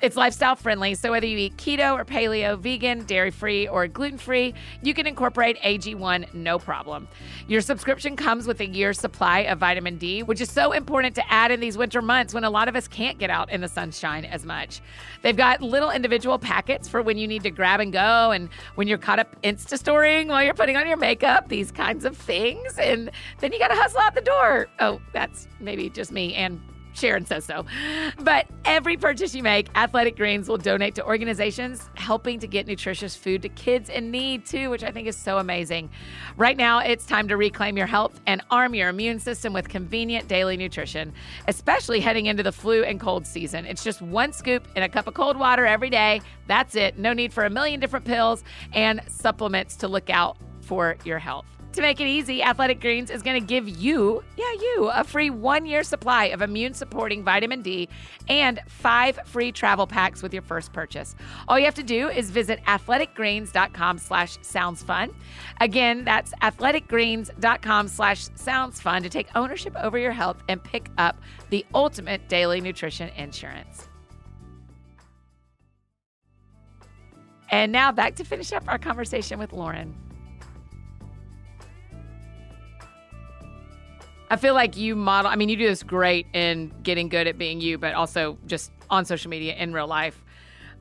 [SPEAKER 1] It's lifestyle friendly, so whether you eat keto or paleo, vegan, dairy free, or gluten free, you can incorporate AG1 no problem. Your subscription comes with a year's supply of vitamin D, which is so important to add in these winter months when a lot of us can't get out in the sunshine as much. They've got little individual packets for when you need to grab and go and when you're caught up Insta storing while you're putting on your makeup, these kinds of things. And then you got to hustle out the door. Oh, that's maybe just me and Sharon says so. But every purchase you make, Athletic Greens will donate to organizations helping to get nutritious food to kids in need, too, which I think is so amazing. Right now, it's time to reclaim your health and arm your immune system with convenient daily nutrition, especially heading into the flu and cold season. It's just one scoop in a cup of cold water every day. That's it. No need for a million different pills and supplements to look out for your health. To make it easy, Athletic Greens is going to give you, yeah, you, a free one year supply of immune supporting vitamin D and five free travel packs with your first purchase. All you have to do is visit athleticgreens.com slash sounds fun. Again, that's athleticgreens.com slash sounds fun to take ownership over your health and pick up the ultimate daily nutrition insurance. And now back to finish up our conversation with Lauren. I feel like you model, I mean, you do this great in getting good at being you, but also just on social media in real life.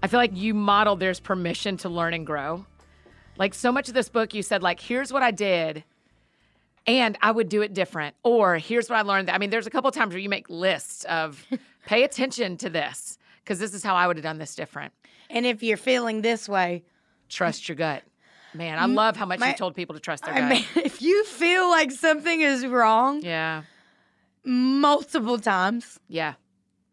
[SPEAKER 1] I feel like you model there's permission to learn and grow. Like so much of this book, you said, like, here's what I did and I would do it different. Or here's what I learned. I mean, there's a couple times where you make lists of pay attention to this because this is how I would have done this different.
[SPEAKER 2] And if you're feeling this way,
[SPEAKER 1] Trust your gut. Man, I love how much you told people to trust their
[SPEAKER 2] I
[SPEAKER 1] gut.
[SPEAKER 2] mean, [laughs] if you feel like something is wrong
[SPEAKER 1] yeah.
[SPEAKER 2] multiple times,
[SPEAKER 1] Yeah.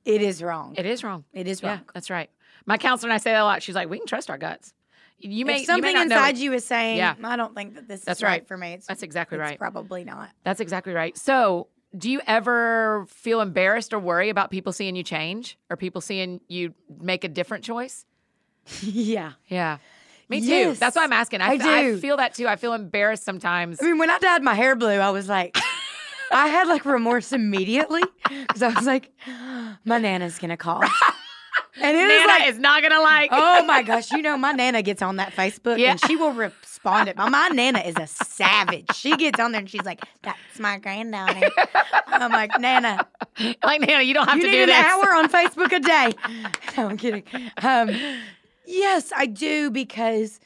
[SPEAKER 2] it is wrong.
[SPEAKER 1] It is wrong.
[SPEAKER 2] it is
[SPEAKER 1] Yeah,
[SPEAKER 2] wrong.
[SPEAKER 1] that's right. My counselor and I say that a lot. She's like, we can trust our guts. You may
[SPEAKER 2] if something
[SPEAKER 1] you may not know
[SPEAKER 2] inside
[SPEAKER 1] it.
[SPEAKER 2] you is saying,
[SPEAKER 1] Yeah.
[SPEAKER 2] I don't think that this
[SPEAKER 1] That's
[SPEAKER 2] is right.
[SPEAKER 1] right.
[SPEAKER 2] for me, it's,
[SPEAKER 1] That's exactly
[SPEAKER 2] it's
[SPEAKER 1] right.
[SPEAKER 2] probably not.
[SPEAKER 1] That's exactly right. So, do you ever feel embarrassed or worry about people seeing you change or people seeing you make a different choice?
[SPEAKER 2] yeah.
[SPEAKER 1] [laughs] Yeah. Me too.
[SPEAKER 2] Yes.
[SPEAKER 1] That's why I'm asking. I
[SPEAKER 2] I
[SPEAKER 1] f- I
[SPEAKER 2] do.
[SPEAKER 1] feel that too. I feel embarrassed sometimes.
[SPEAKER 2] I mean, when I dyed my hair blue, I was
[SPEAKER 1] [laughs]
[SPEAKER 2] like, I had like remorse immediately because I was like, my nana's
[SPEAKER 1] [laughs]
[SPEAKER 2] gonna call, and it
[SPEAKER 1] Nana
[SPEAKER 2] was like,
[SPEAKER 1] is not going to like.
[SPEAKER 2] oh my gosh, you know, my nana gets on that Facebook
[SPEAKER 1] Yeah.
[SPEAKER 2] and she will respond it. My, my nana is a savage. She gets on there and she's like, that's my granddaughter. I'm like,
[SPEAKER 1] [laughs]
[SPEAKER 2] nana,
[SPEAKER 1] [laughs] like, Nana, you don't have
[SPEAKER 2] you
[SPEAKER 1] to
[SPEAKER 2] need
[SPEAKER 1] do
[SPEAKER 2] an
[SPEAKER 1] this. [laughs]
[SPEAKER 2] hour on Facebook a day. [laughs] No, I'm kidding. Um, yes, I do because,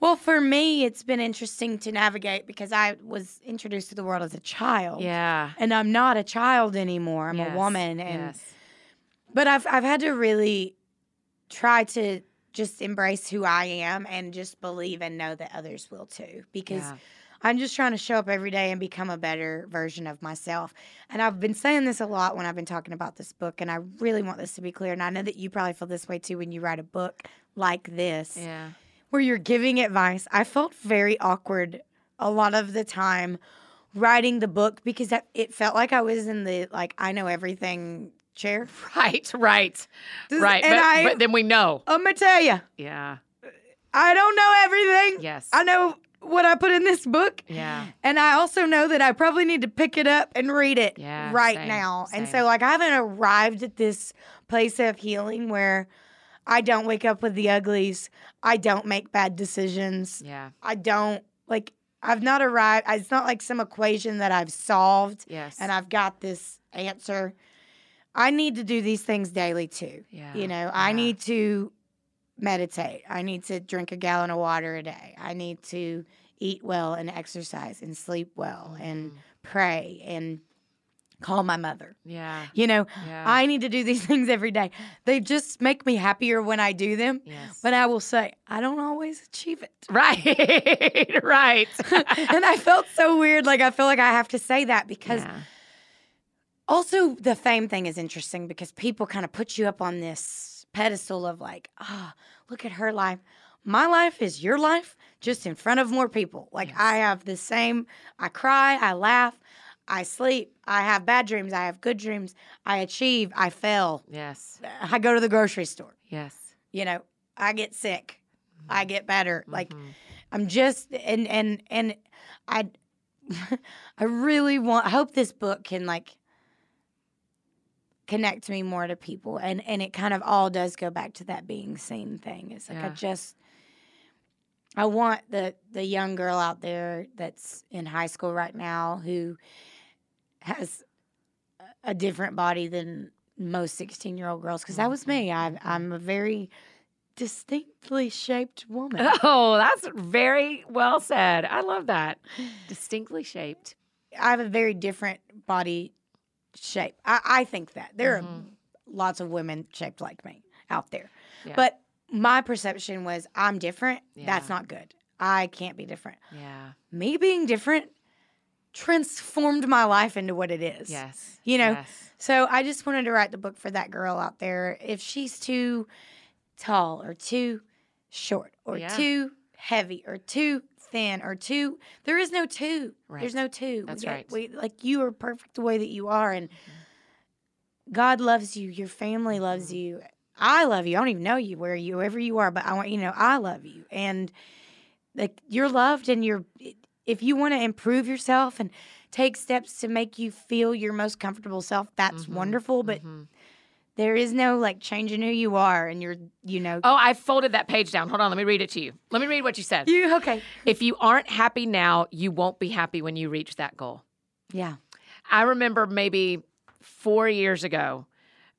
[SPEAKER 2] well, for me, it's been interesting to navigate because I was introduced to the world as a child.
[SPEAKER 1] Yeah.
[SPEAKER 2] And I'm not a child anymore. I'm
[SPEAKER 1] Yes.
[SPEAKER 2] a woman, and
[SPEAKER 1] Yes.
[SPEAKER 2] but I've I've had to really try to just embrace who I am and just believe and know that others will too because
[SPEAKER 1] Yeah.
[SPEAKER 2] I'm just trying to show up every day and become a better version of myself. And I've been saying this a lot when I've been talking about this book, and I really want this to be clear. And I know that you probably feel this way too when you write a book like this,
[SPEAKER 1] Yeah.
[SPEAKER 2] where you're giving advice. I felt very awkward a lot of the time writing the book because I- it felt like I was in the like I know everything chair.
[SPEAKER 1] Right, right,
[SPEAKER 2] This-
[SPEAKER 1] right.
[SPEAKER 2] And
[SPEAKER 1] But,
[SPEAKER 2] I,
[SPEAKER 1] but then we know.
[SPEAKER 2] I'm gonna tell you,
[SPEAKER 1] Yeah.
[SPEAKER 2] I don't know everything.
[SPEAKER 1] Yes.
[SPEAKER 2] I know what I put in this book.
[SPEAKER 1] yeah.
[SPEAKER 2] And I also know that I probably need to pick it up and read it
[SPEAKER 1] Yeah,
[SPEAKER 2] right
[SPEAKER 1] same,
[SPEAKER 2] now. And
[SPEAKER 1] same.
[SPEAKER 2] so, like, I haven't arrived at this place of healing where I don't wake up with the uglies. I don't make bad decisions.
[SPEAKER 1] Yeah.
[SPEAKER 2] I don't, like, I've not arrived. It's not like some equation that I've solved
[SPEAKER 1] Yes.
[SPEAKER 2] and I've got this answer. I need to do these things daily too.
[SPEAKER 1] yeah.
[SPEAKER 2] You know, I
[SPEAKER 1] yeah.
[SPEAKER 2] need to meditate. I need to drink a gallon of water a day. I need to eat well and exercise and sleep well and
[SPEAKER 1] Mhm.
[SPEAKER 2] pray and call my mother.
[SPEAKER 1] Yeah.
[SPEAKER 2] You know,
[SPEAKER 1] Yeah.
[SPEAKER 2] I need to do these [laughs] things every day. They just make me happier when I do them.
[SPEAKER 1] Yes.
[SPEAKER 2] But I will say, I don't always achieve it.
[SPEAKER 1] [laughs] right.
[SPEAKER 2] [laughs]
[SPEAKER 1] [laughs] right.
[SPEAKER 2] and I felt so weird. Like, I feel like I have to say that because
[SPEAKER 1] Yeah.
[SPEAKER 2] Also, the fame thing is interesting because people kind of put you up on this pedestal of like, ah, look at her life. My life is your life, just in front of more people. Like,
[SPEAKER 1] Yes.
[SPEAKER 2] I have the same, I cry, I laugh, I sleep, I have bad dreams, I have good dreams, I achieve, I fail,
[SPEAKER 1] Yes.
[SPEAKER 2] I go to the grocery store,
[SPEAKER 1] Yes.
[SPEAKER 2] you know, I get sick, I get better. Like,
[SPEAKER 1] Mhm.
[SPEAKER 2] I'm just and and and I [laughs] I really want I hope this book can like connect me more to people and and it kind of all does go back to that being seen thing. It's like I
[SPEAKER 1] Yeah.
[SPEAKER 2] just I want the the young girl out there that's in high school right now who has a different body than most 16 year old girls because that was me. I I'm a very distinctly shaped woman.
[SPEAKER 1] [laughs] [laughs] Oh, that's very well said. I love that. Distinctly shaped.
[SPEAKER 2] I have a very different body shape. I, I think that there are lots of women shaped like me out there.
[SPEAKER 1] Mm-hmm. Yeah.
[SPEAKER 2] But my perception was I'm different. That's
[SPEAKER 1] Yeah.
[SPEAKER 2] not good. I can't be different.
[SPEAKER 1] Yeah.
[SPEAKER 2] Me being different transformed my life into what it is.
[SPEAKER 1] Yes.
[SPEAKER 2] You know,
[SPEAKER 1] Yes.
[SPEAKER 2] So I just wanted to write the book for that girl out there. If she's too tall or too short or
[SPEAKER 1] Yeah.
[SPEAKER 2] too heavy or too thin or too, there is no two.
[SPEAKER 1] Right.
[SPEAKER 2] There's no two. We
[SPEAKER 1] That's
[SPEAKER 2] got-
[SPEAKER 1] right.
[SPEAKER 2] We, like you are perfect the way that you are, and
[SPEAKER 1] Mm-hmm.
[SPEAKER 2] God loves you. Your family loves you. I love you. I don't even know you where you wherever you are, but I want you to know I love you, and like you're loved, and you're. If you want to improve yourself and take steps to make you feel your most comfortable self, that's
[SPEAKER 1] Mhm.
[SPEAKER 2] wonderful. But
[SPEAKER 1] Mhm.
[SPEAKER 2] there is no like changing who you are, and you're you know
[SPEAKER 1] Oh, I folded that page down. Hold on. Let me read it to you. Let me read what Oh, you said.
[SPEAKER 2] you okay?
[SPEAKER 1] If you aren't happy now, you won't be happy when you reach that goal.
[SPEAKER 2] Yeah,
[SPEAKER 1] I remember maybe four years ago,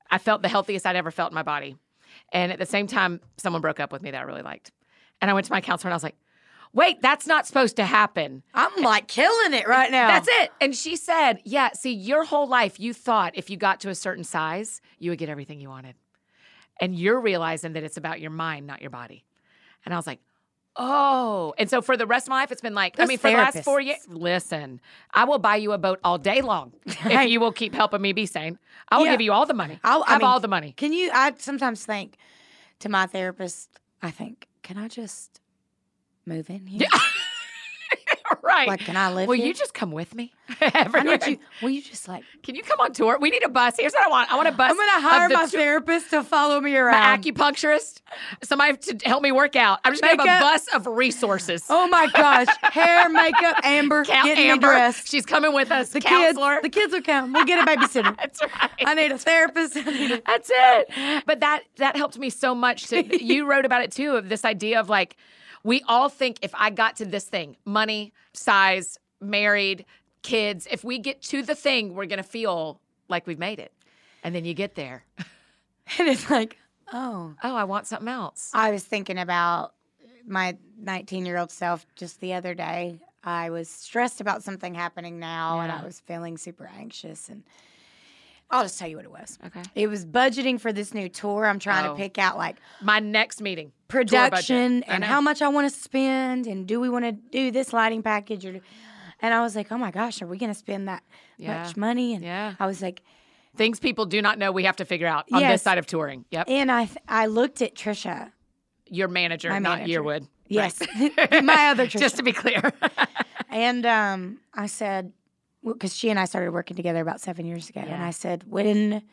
[SPEAKER 1] I felt the healthiest I'd ever felt in my body. And at the same time, someone broke up with me that I really liked. And I went to my counselor and I was like, wait, that's not supposed to happen.
[SPEAKER 2] I'm like killing it right
[SPEAKER 1] [laughs]
[SPEAKER 2] now.
[SPEAKER 1] That's it. And she said, Yeah, see, your whole life you thought if you got to a certain size, you would get everything you wanted. And you're realizing that it's about your mind, not your body. And I was like, Oh. And so for the rest of my life, it's been like, I
[SPEAKER 2] Those
[SPEAKER 1] mean, for the last four
[SPEAKER 2] therapists.
[SPEAKER 1] years, listen, I will buy you a boat all day
[SPEAKER 2] [laughs]
[SPEAKER 1] long if you will keep helping me be sane. I will
[SPEAKER 2] Yeah.
[SPEAKER 1] give you all the money.
[SPEAKER 2] I'll- I
[SPEAKER 1] have
[SPEAKER 2] mean,
[SPEAKER 1] all the
[SPEAKER 2] [laughs]
[SPEAKER 1] money.
[SPEAKER 2] Can you? I sometimes think to my therapist. I think, can I just move in here?
[SPEAKER 1] Yeah. right.
[SPEAKER 2] Like, can I live
[SPEAKER 1] will
[SPEAKER 2] here?
[SPEAKER 1] you just come with me? [laughs]
[SPEAKER 2] I need
[SPEAKER 1] Everywhere.
[SPEAKER 2] you. Will you just like?
[SPEAKER 1] Can you come on tour? We need a bus. Here's what I want. I want a bus.
[SPEAKER 2] I'm gonna
[SPEAKER 1] of
[SPEAKER 2] hire
[SPEAKER 1] the
[SPEAKER 2] my
[SPEAKER 1] tour-
[SPEAKER 2] therapist to follow me around.
[SPEAKER 1] my acupuncturist, somebody to help me work out. I'm just gonna have a
[SPEAKER 2] Makeup.
[SPEAKER 1] bus of resources.
[SPEAKER 2] oh my gosh! Hair, makeup, Amber,
[SPEAKER 1] Count
[SPEAKER 2] getting
[SPEAKER 1] Amber,
[SPEAKER 2] me dressed.
[SPEAKER 1] she's coming with us.
[SPEAKER 2] The
[SPEAKER 1] counselor.
[SPEAKER 2] kids, the kids will come. We'll get a babysitter.
[SPEAKER 1] [laughs] That's right.
[SPEAKER 2] I need a therapist. [laughs] I need a-
[SPEAKER 1] That's it. But that that helped me so much.
[SPEAKER 2] [laughs]
[SPEAKER 1] To, you wrote about it too of this idea of like, we all think if I got to this thing, money, size, married, kids, if we get to the thing, we're gonna feel like we've made it. And then you get there.
[SPEAKER 2] and it's like, oh,
[SPEAKER 1] Oh, I want something else.
[SPEAKER 2] I was thinking about my 19 year old self just the other day. I was stressed about something happening now and I
[SPEAKER 1] Yeah.
[SPEAKER 2] was feeling super anxious. And I'll just tell you what it was.
[SPEAKER 1] Okay.
[SPEAKER 2] It was budgeting for this new tour. I'm trying
[SPEAKER 1] Oh.
[SPEAKER 2] to pick out like
[SPEAKER 1] My next meeting. tour budget.
[SPEAKER 2] production
[SPEAKER 1] I
[SPEAKER 2] and
[SPEAKER 1] know.
[SPEAKER 2] how much I want to spend and do we want to do this lighting package or. And I was like, oh my gosh, are we going to spend that
[SPEAKER 1] Yeah.
[SPEAKER 2] much money? And
[SPEAKER 1] Yeah.
[SPEAKER 2] I was like,
[SPEAKER 1] Things people do not know we have to figure out on this
[SPEAKER 2] Yes.
[SPEAKER 1] side of touring. Yep.
[SPEAKER 2] and I, th- I looked at Trisha.
[SPEAKER 1] Your manager,
[SPEAKER 2] My
[SPEAKER 1] not
[SPEAKER 2] manager.
[SPEAKER 1] Yearwood.
[SPEAKER 2] Yes,
[SPEAKER 1] Right.
[SPEAKER 2] [laughs] my other
[SPEAKER 1] [laughs]
[SPEAKER 2] Trisha.
[SPEAKER 1] Just to be clear.
[SPEAKER 2] And um, I said, because she and I started working together about seven years ago, and
[SPEAKER 1] Yeah.
[SPEAKER 2] I said, when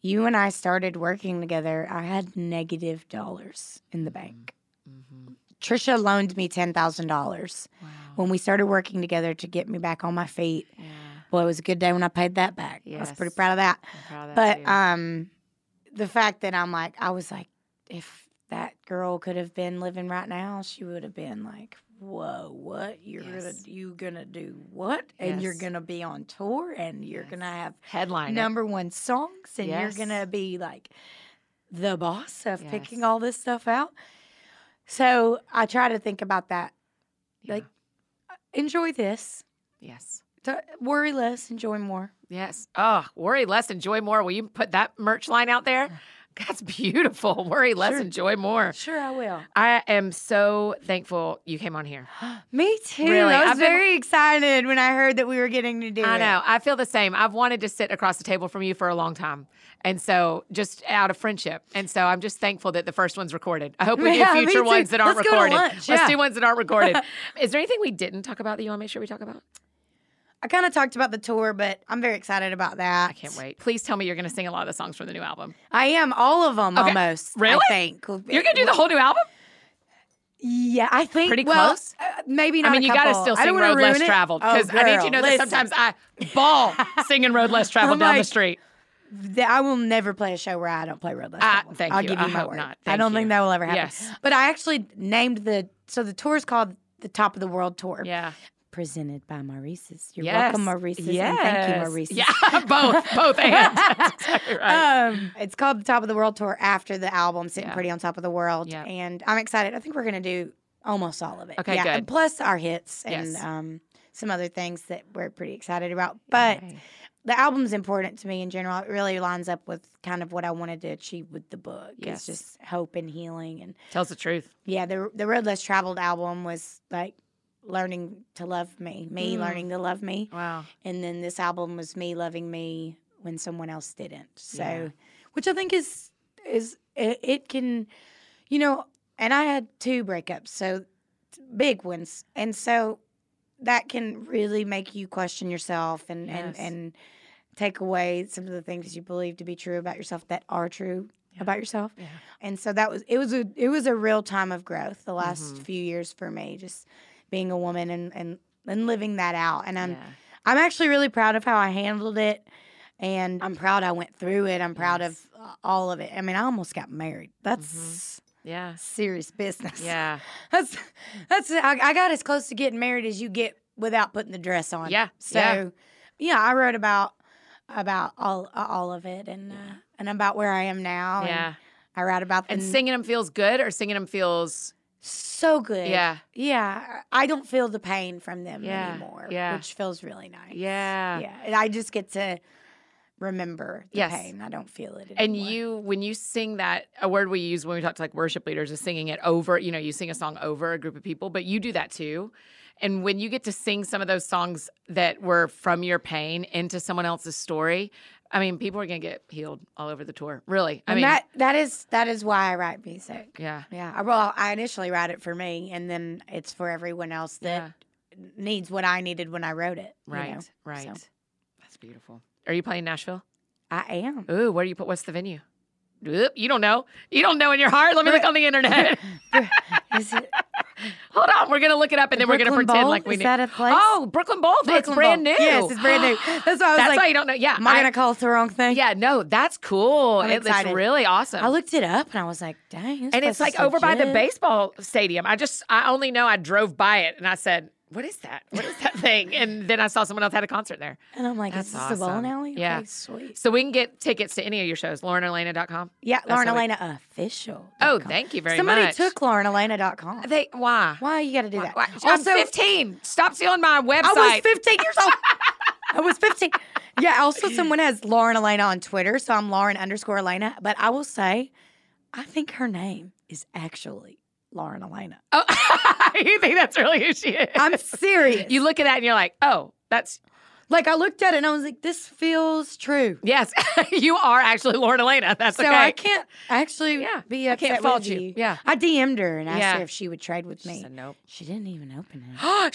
[SPEAKER 2] you and I started working together, I had negative dollars in the bank.
[SPEAKER 1] Mm.
[SPEAKER 2] Mm-hmm. Trisha loaned me ten thousand dollars
[SPEAKER 1] Wow.
[SPEAKER 2] when we started working together to get me back on my feet.
[SPEAKER 1] Yeah.
[SPEAKER 2] Well, it was a good day when I paid that back. I was
[SPEAKER 1] Yes.
[SPEAKER 2] pretty proud of that.
[SPEAKER 1] I'm proud of that
[SPEAKER 2] But
[SPEAKER 1] too.
[SPEAKER 2] um, the fact that I'm like, I was like, if that girl could have been living right now, she would have been like, "Whoa, what you're gonna
[SPEAKER 1] Yes.
[SPEAKER 2] you gonna do what? And you're
[SPEAKER 1] Yes.
[SPEAKER 2] gonna be on tour, and you're
[SPEAKER 1] Yes.
[SPEAKER 2] gonna have
[SPEAKER 1] headline. it.
[SPEAKER 2] number one songs, and
[SPEAKER 1] Yes.
[SPEAKER 2] you're gonna be like the boss of picking
[SPEAKER 1] Yes.
[SPEAKER 2] all this stuff out." So I try to think about that.
[SPEAKER 1] Yeah.
[SPEAKER 2] like- Enjoy this.
[SPEAKER 1] yes.
[SPEAKER 2] Don't- Worry less, enjoy more.
[SPEAKER 1] Yes. Oh, worry less, enjoy more. Will you put that merch line out there? [laughs] That's beautiful. Worry less,
[SPEAKER 2] Sure.
[SPEAKER 1] enjoy more.
[SPEAKER 2] Sure, I will.
[SPEAKER 1] I am so thankful you came on here.
[SPEAKER 2] Me too.
[SPEAKER 1] Really,
[SPEAKER 2] I was
[SPEAKER 1] I've been-
[SPEAKER 2] very excited when I heard that we were getting to do
[SPEAKER 1] I
[SPEAKER 2] it.
[SPEAKER 1] know. I feel the same. I've wanted to sit across the table from you for a long time. And so, just out of friendship. And so, I'm just thankful that the first one's recorded. I
[SPEAKER 2] [laughs]
[SPEAKER 1] hope we
[SPEAKER 2] Yeah,
[SPEAKER 1] do
[SPEAKER 2] me
[SPEAKER 1] future
[SPEAKER 2] too.
[SPEAKER 1] ones that aren't
[SPEAKER 2] Let's go to
[SPEAKER 1] recorded. Let's
[SPEAKER 2] lunch, yeah.
[SPEAKER 1] do ones that aren't recorded.
[SPEAKER 2] [laughs]
[SPEAKER 1] Is there anything we didn't talk about that you want to make sure we talk about?
[SPEAKER 2] I kind of talked about the tour, but I'm very excited about that.
[SPEAKER 1] I can't wait. Please tell me you're going to sing a lot of the songs from the new album.
[SPEAKER 2] I am all of them
[SPEAKER 1] Okay.
[SPEAKER 2] almost.
[SPEAKER 1] Really?
[SPEAKER 2] I think
[SPEAKER 1] You're going to do the whole new album?
[SPEAKER 2] Yeah, I think
[SPEAKER 1] Pretty
[SPEAKER 2] well,
[SPEAKER 1] close?
[SPEAKER 2] uh, maybe
[SPEAKER 1] I
[SPEAKER 2] not.
[SPEAKER 1] mean,
[SPEAKER 2] a
[SPEAKER 1] you got to
[SPEAKER 2] couple.
[SPEAKER 1] still
[SPEAKER 2] I
[SPEAKER 1] sing
[SPEAKER 2] don't wanna
[SPEAKER 1] Road Less
[SPEAKER 2] ruin it.
[SPEAKER 1] Traveled
[SPEAKER 2] Oh,
[SPEAKER 1] because I need you to
[SPEAKER 2] girl,
[SPEAKER 1] know
[SPEAKER 2] listen,
[SPEAKER 1] that sometimes I ball singing Road Less Traveled
[SPEAKER 2] [laughs] I'm
[SPEAKER 1] down the
[SPEAKER 2] like,
[SPEAKER 1] street.
[SPEAKER 2] th- I will never play a show where I don't play Road Less
[SPEAKER 1] Ah,
[SPEAKER 2] Traveled.
[SPEAKER 1] thank
[SPEAKER 2] I'll
[SPEAKER 1] you.
[SPEAKER 2] give
[SPEAKER 1] I
[SPEAKER 2] you my
[SPEAKER 1] hope
[SPEAKER 2] word.
[SPEAKER 1] not.
[SPEAKER 2] I
[SPEAKER 1] Thank
[SPEAKER 2] don't
[SPEAKER 1] you.
[SPEAKER 2] think that will ever happen.
[SPEAKER 1] Yes.
[SPEAKER 2] But I actually named the so the tour is called the Top of the World Tour.
[SPEAKER 1] Yeah.
[SPEAKER 2] Presented by Maurice's. You're
[SPEAKER 1] Yes.
[SPEAKER 2] welcome, Maurice's. And thank you,
[SPEAKER 1] Yes.
[SPEAKER 2] Maurice's.
[SPEAKER 1] Yeah, [laughs] both, both,
[SPEAKER 2] [laughs]
[SPEAKER 1] and. That's exactly right.
[SPEAKER 2] Um, it's called the Top of the World Tour after the album Sitting
[SPEAKER 1] Yeah.
[SPEAKER 2] Pretty on Top of the World,
[SPEAKER 1] Yep.
[SPEAKER 2] and I'm excited. I think we're gonna do almost all of it.
[SPEAKER 1] Okay,
[SPEAKER 2] yeah.
[SPEAKER 1] good.
[SPEAKER 2] And plus our hits and
[SPEAKER 1] Yes.
[SPEAKER 2] um, some other things that we're pretty excited about. But
[SPEAKER 1] Okay.
[SPEAKER 2] the album's important to me in general. It really lines up with kind of what I wanted to achieve with the book.
[SPEAKER 1] Yes.
[SPEAKER 2] It's just hope and healing and
[SPEAKER 1] Tells the truth.
[SPEAKER 2] yeah, the the Road Less Traveled album was like learning to love me, me
[SPEAKER 1] Mm.
[SPEAKER 2] learning to love me.
[SPEAKER 1] Wow.
[SPEAKER 2] And then this album was me loving me when someone else didn't. So,
[SPEAKER 1] Yeah.
[SPEAKER 2] which I think is is it, it can, you know, and I had two breakups, so t- big ones, and so that can really make you question yourself and
[SPEAKER 1] Yes.
[SPEAKER 2] and and take away some of the things you believe to be true about yourself that are true
[SPEAKER 1] Yeah.
[SPEAKER 2] about yourself.
[SPEAKER 1] Yeah.
[SPEAKER 2] And so that was it was a it was a real time of growth the last
[SPEAKER 1] Mhm.
[SPEAKER 2] few years for me, just being a woman and and and living that out. And I'm
[SPEAKER 1] yeah.
[SPEAKER 2] I'm actually really proud of how I handled it. And I'm proud I went through it. I'm proud
[SPEAKER 1] Yes.
[SPEAKER 2] of uh, all of it. I mean, I almost got married. That's
[SPEAKER 1] Yeah.
[SPEAKER 2] serious business.
[SPEAKER 1] Yeah.
[SPEAKER 2] [laughs] That's, that's, I, I got as close to getting married as you get without putting the dress on.
[SPEAKER 1] Yeah,
[SPEAKER 2] So,
[SPEAKER 1] yeah.
[SPEAKER 2] yeah, I wrote about, about all, all of it and, uh, and about where I am now. and
[SPEAKER 1] Yeah.
[SPEAKER 2] I write about the
[SPEAKER 1] And
[SPEAKER 2] n-
[SPEAKER 1] singing them feels good or singing them feels,
[SPEAKER 2] so good.
[SPEAKER 1] yeah.
[SPEAKER 2] Yeah. I don't feel the pain from them
[SPEAKER 1] Yeah,
[SPEAKER 2] anymore,
[SPEAKER 1] yeah.
[SPEAKER 2] which feels really nice.
[SPEAKER 1] Yeah.
[SPEAKER 2] Yeah. And I just get to remember the
[SPEAKER 1] Yes.
[SPEAKER 2] pain. I don't feel it
[SPEAKER 1] And
[SPEAKER 2] anymore.
[SPEAKER 1] you, when you sing that, a word we use when we talk to like worship leaders is singing it over. You know, you sing a song over a group of people, but you do that too. And when you get to sing some of those songs that were from your pain into someone else's story, I mean, people are going to get healed all over the tour. Really. I
[SPEAKER 2] And
[SPEAKER 1] mean,
[SPEAKER 2] that that is that is why I write music.
[SPEAKER 1] yeah.
[SPEAKER 2] Yeah. I- Well, I initially write it for me and then it's for everyone else
[SPEAKER 1] Yeah.
[SPEAKER 2] that needs what I needed when I wrote it. you know?
[SPEAKER 1] Right. Right. That's beautiful. Are you playing Nashville?
[SPEAKER 2] I
[SPEAKER 1] [laughs]
[SPEAKER 2] am.
[SPEAKER 1] Ooh, where do you put? What's the venue? Oop, you don't know. You don't know in your heart. Let me look on the
[SPEAKER 2] [laughs]
[SPEAKER 1] internet. [laughs]
[SPEAKER 2] Is it
[SPEAKER 1] Hold on. We're gonna look it up, and then we're gonna
[SPEAKER 2] Brooklyn
[SPEAKER 1] pretend
[SPEAKER 2] Bowl?
[SPEAKER 1] like we
[SPEAKER 2] Is
[SPEAKER 1] knew.
[SPEAKER 2] that a place?
[SPEAKER 1] Oh, Brooklyn Bowl. it's
[SPEAKER 2] Brooklyn
[SPEAKER 1] brand
[SPEAKER 2] Bowl.
[SPEAKER 1] new.
[SPEAKER 2] Yes,
[SPEAKER 1] [gasps]
[SPEAKER 2] it's brand new. That's why I was
[SPEAKER 1] That's
[SPEAKER 2] like,
[SPEAKER 1] why you don't know. Yeah.
[SPEAKER 2] am I,
[SPEAKER 1] I-
[SPEAKER 2] gonna call it the wrong thing?
[SPEAKER 1] Yeah. No, that's cool.
[SPEAKER 2] I'm
[SPEAKER 1] It- it's
[SPEAKER 2] excited.
[SPEAKER 1] really awesome.
[SPEAKER 2] I looked it up and I was like, dang. this
[SPEAKER 1] and it's like
[SPEAKER 2] place is
[SPEAKER 1] over by the
[SPEAKER 2] legit.
[SPEAKER 1] baseball stadium. I just, I only know I drove by it, and I said, "What is that? What is that [laughs] thing?" And then I saw someone else had a concert there.
[SPEAKER 2] And I'm like,
[SPEAKER 1] That's
[SPEAKER 2] is this the
[SPEAKER 1] awesome.
[SPEAKER 2] bowling alley? Okay,
[SPEAKER 1] Yeah.
[SPEAKER 2] sweet.
[SPEAKER 1] So we can get tickets to any of your shows. LaurenElena.com.
[SPEAKER 2] Yeah,
[SPEAKER 1] how
[SPEAKER 2] Lauren
[SPEAKER 1] we-
[SPEAKER 2] Elena official.
[SPEAKER 1] Oh, thank you very
[SPEAKER 2] Somebody
[SPEAKER 1] much.
[SPEAKER 2] took laurenelena.com.
[SPEAKER 1] They why?
[SPEAKER 2] Why you got to do that?
[SPEAKER 1] Why- I'm 15. Stop stealing my website.
[SPEAKER 2] I was 15 years old. I was 15. Yeah.
[SPEAKER 1] [laughs]
[SPEAKER 2] Also, someone has Lauren Elena on Twitter, so I'm Lauren underscore Elena. But I will say, I think her name is actually Lauren Elena.
[SPEAKER 1] Oh, [laughs] you think that's really who she is?
[SPEAKER 2] I'm serious.
[SPEAKER 1] [laughs] you look at that and you're like, oh, that's
[SPEAKER 2] like I looked at it and I was like, this feels true.
[SPEAKER 1] yes, [laughs] you are actually Lauren Elena. That's
[SPEAKER 2] So
[SPEAKER 1] okay.
[SPEAKER 2] I can't actually
[SPEAKER 1] Yeah,
[SPEAKER 2] be
[SPEAKER 1] I
[SPEAKER 2] upset
[SPEAKER 1] can't
[SPEAKER 2] with
[SPEAKER 1] fault you. Yeah.
[SPEAKER 2] I DM'd her and asked
[SPEAKER 1] Yeah.
[SPEAKER 2] her if she would trade with
[SPEAKER 1] She
[SPEAKER 2] me.
[SPEAKER 1] said nope.
[SPEAKER 2] She didn't even open it.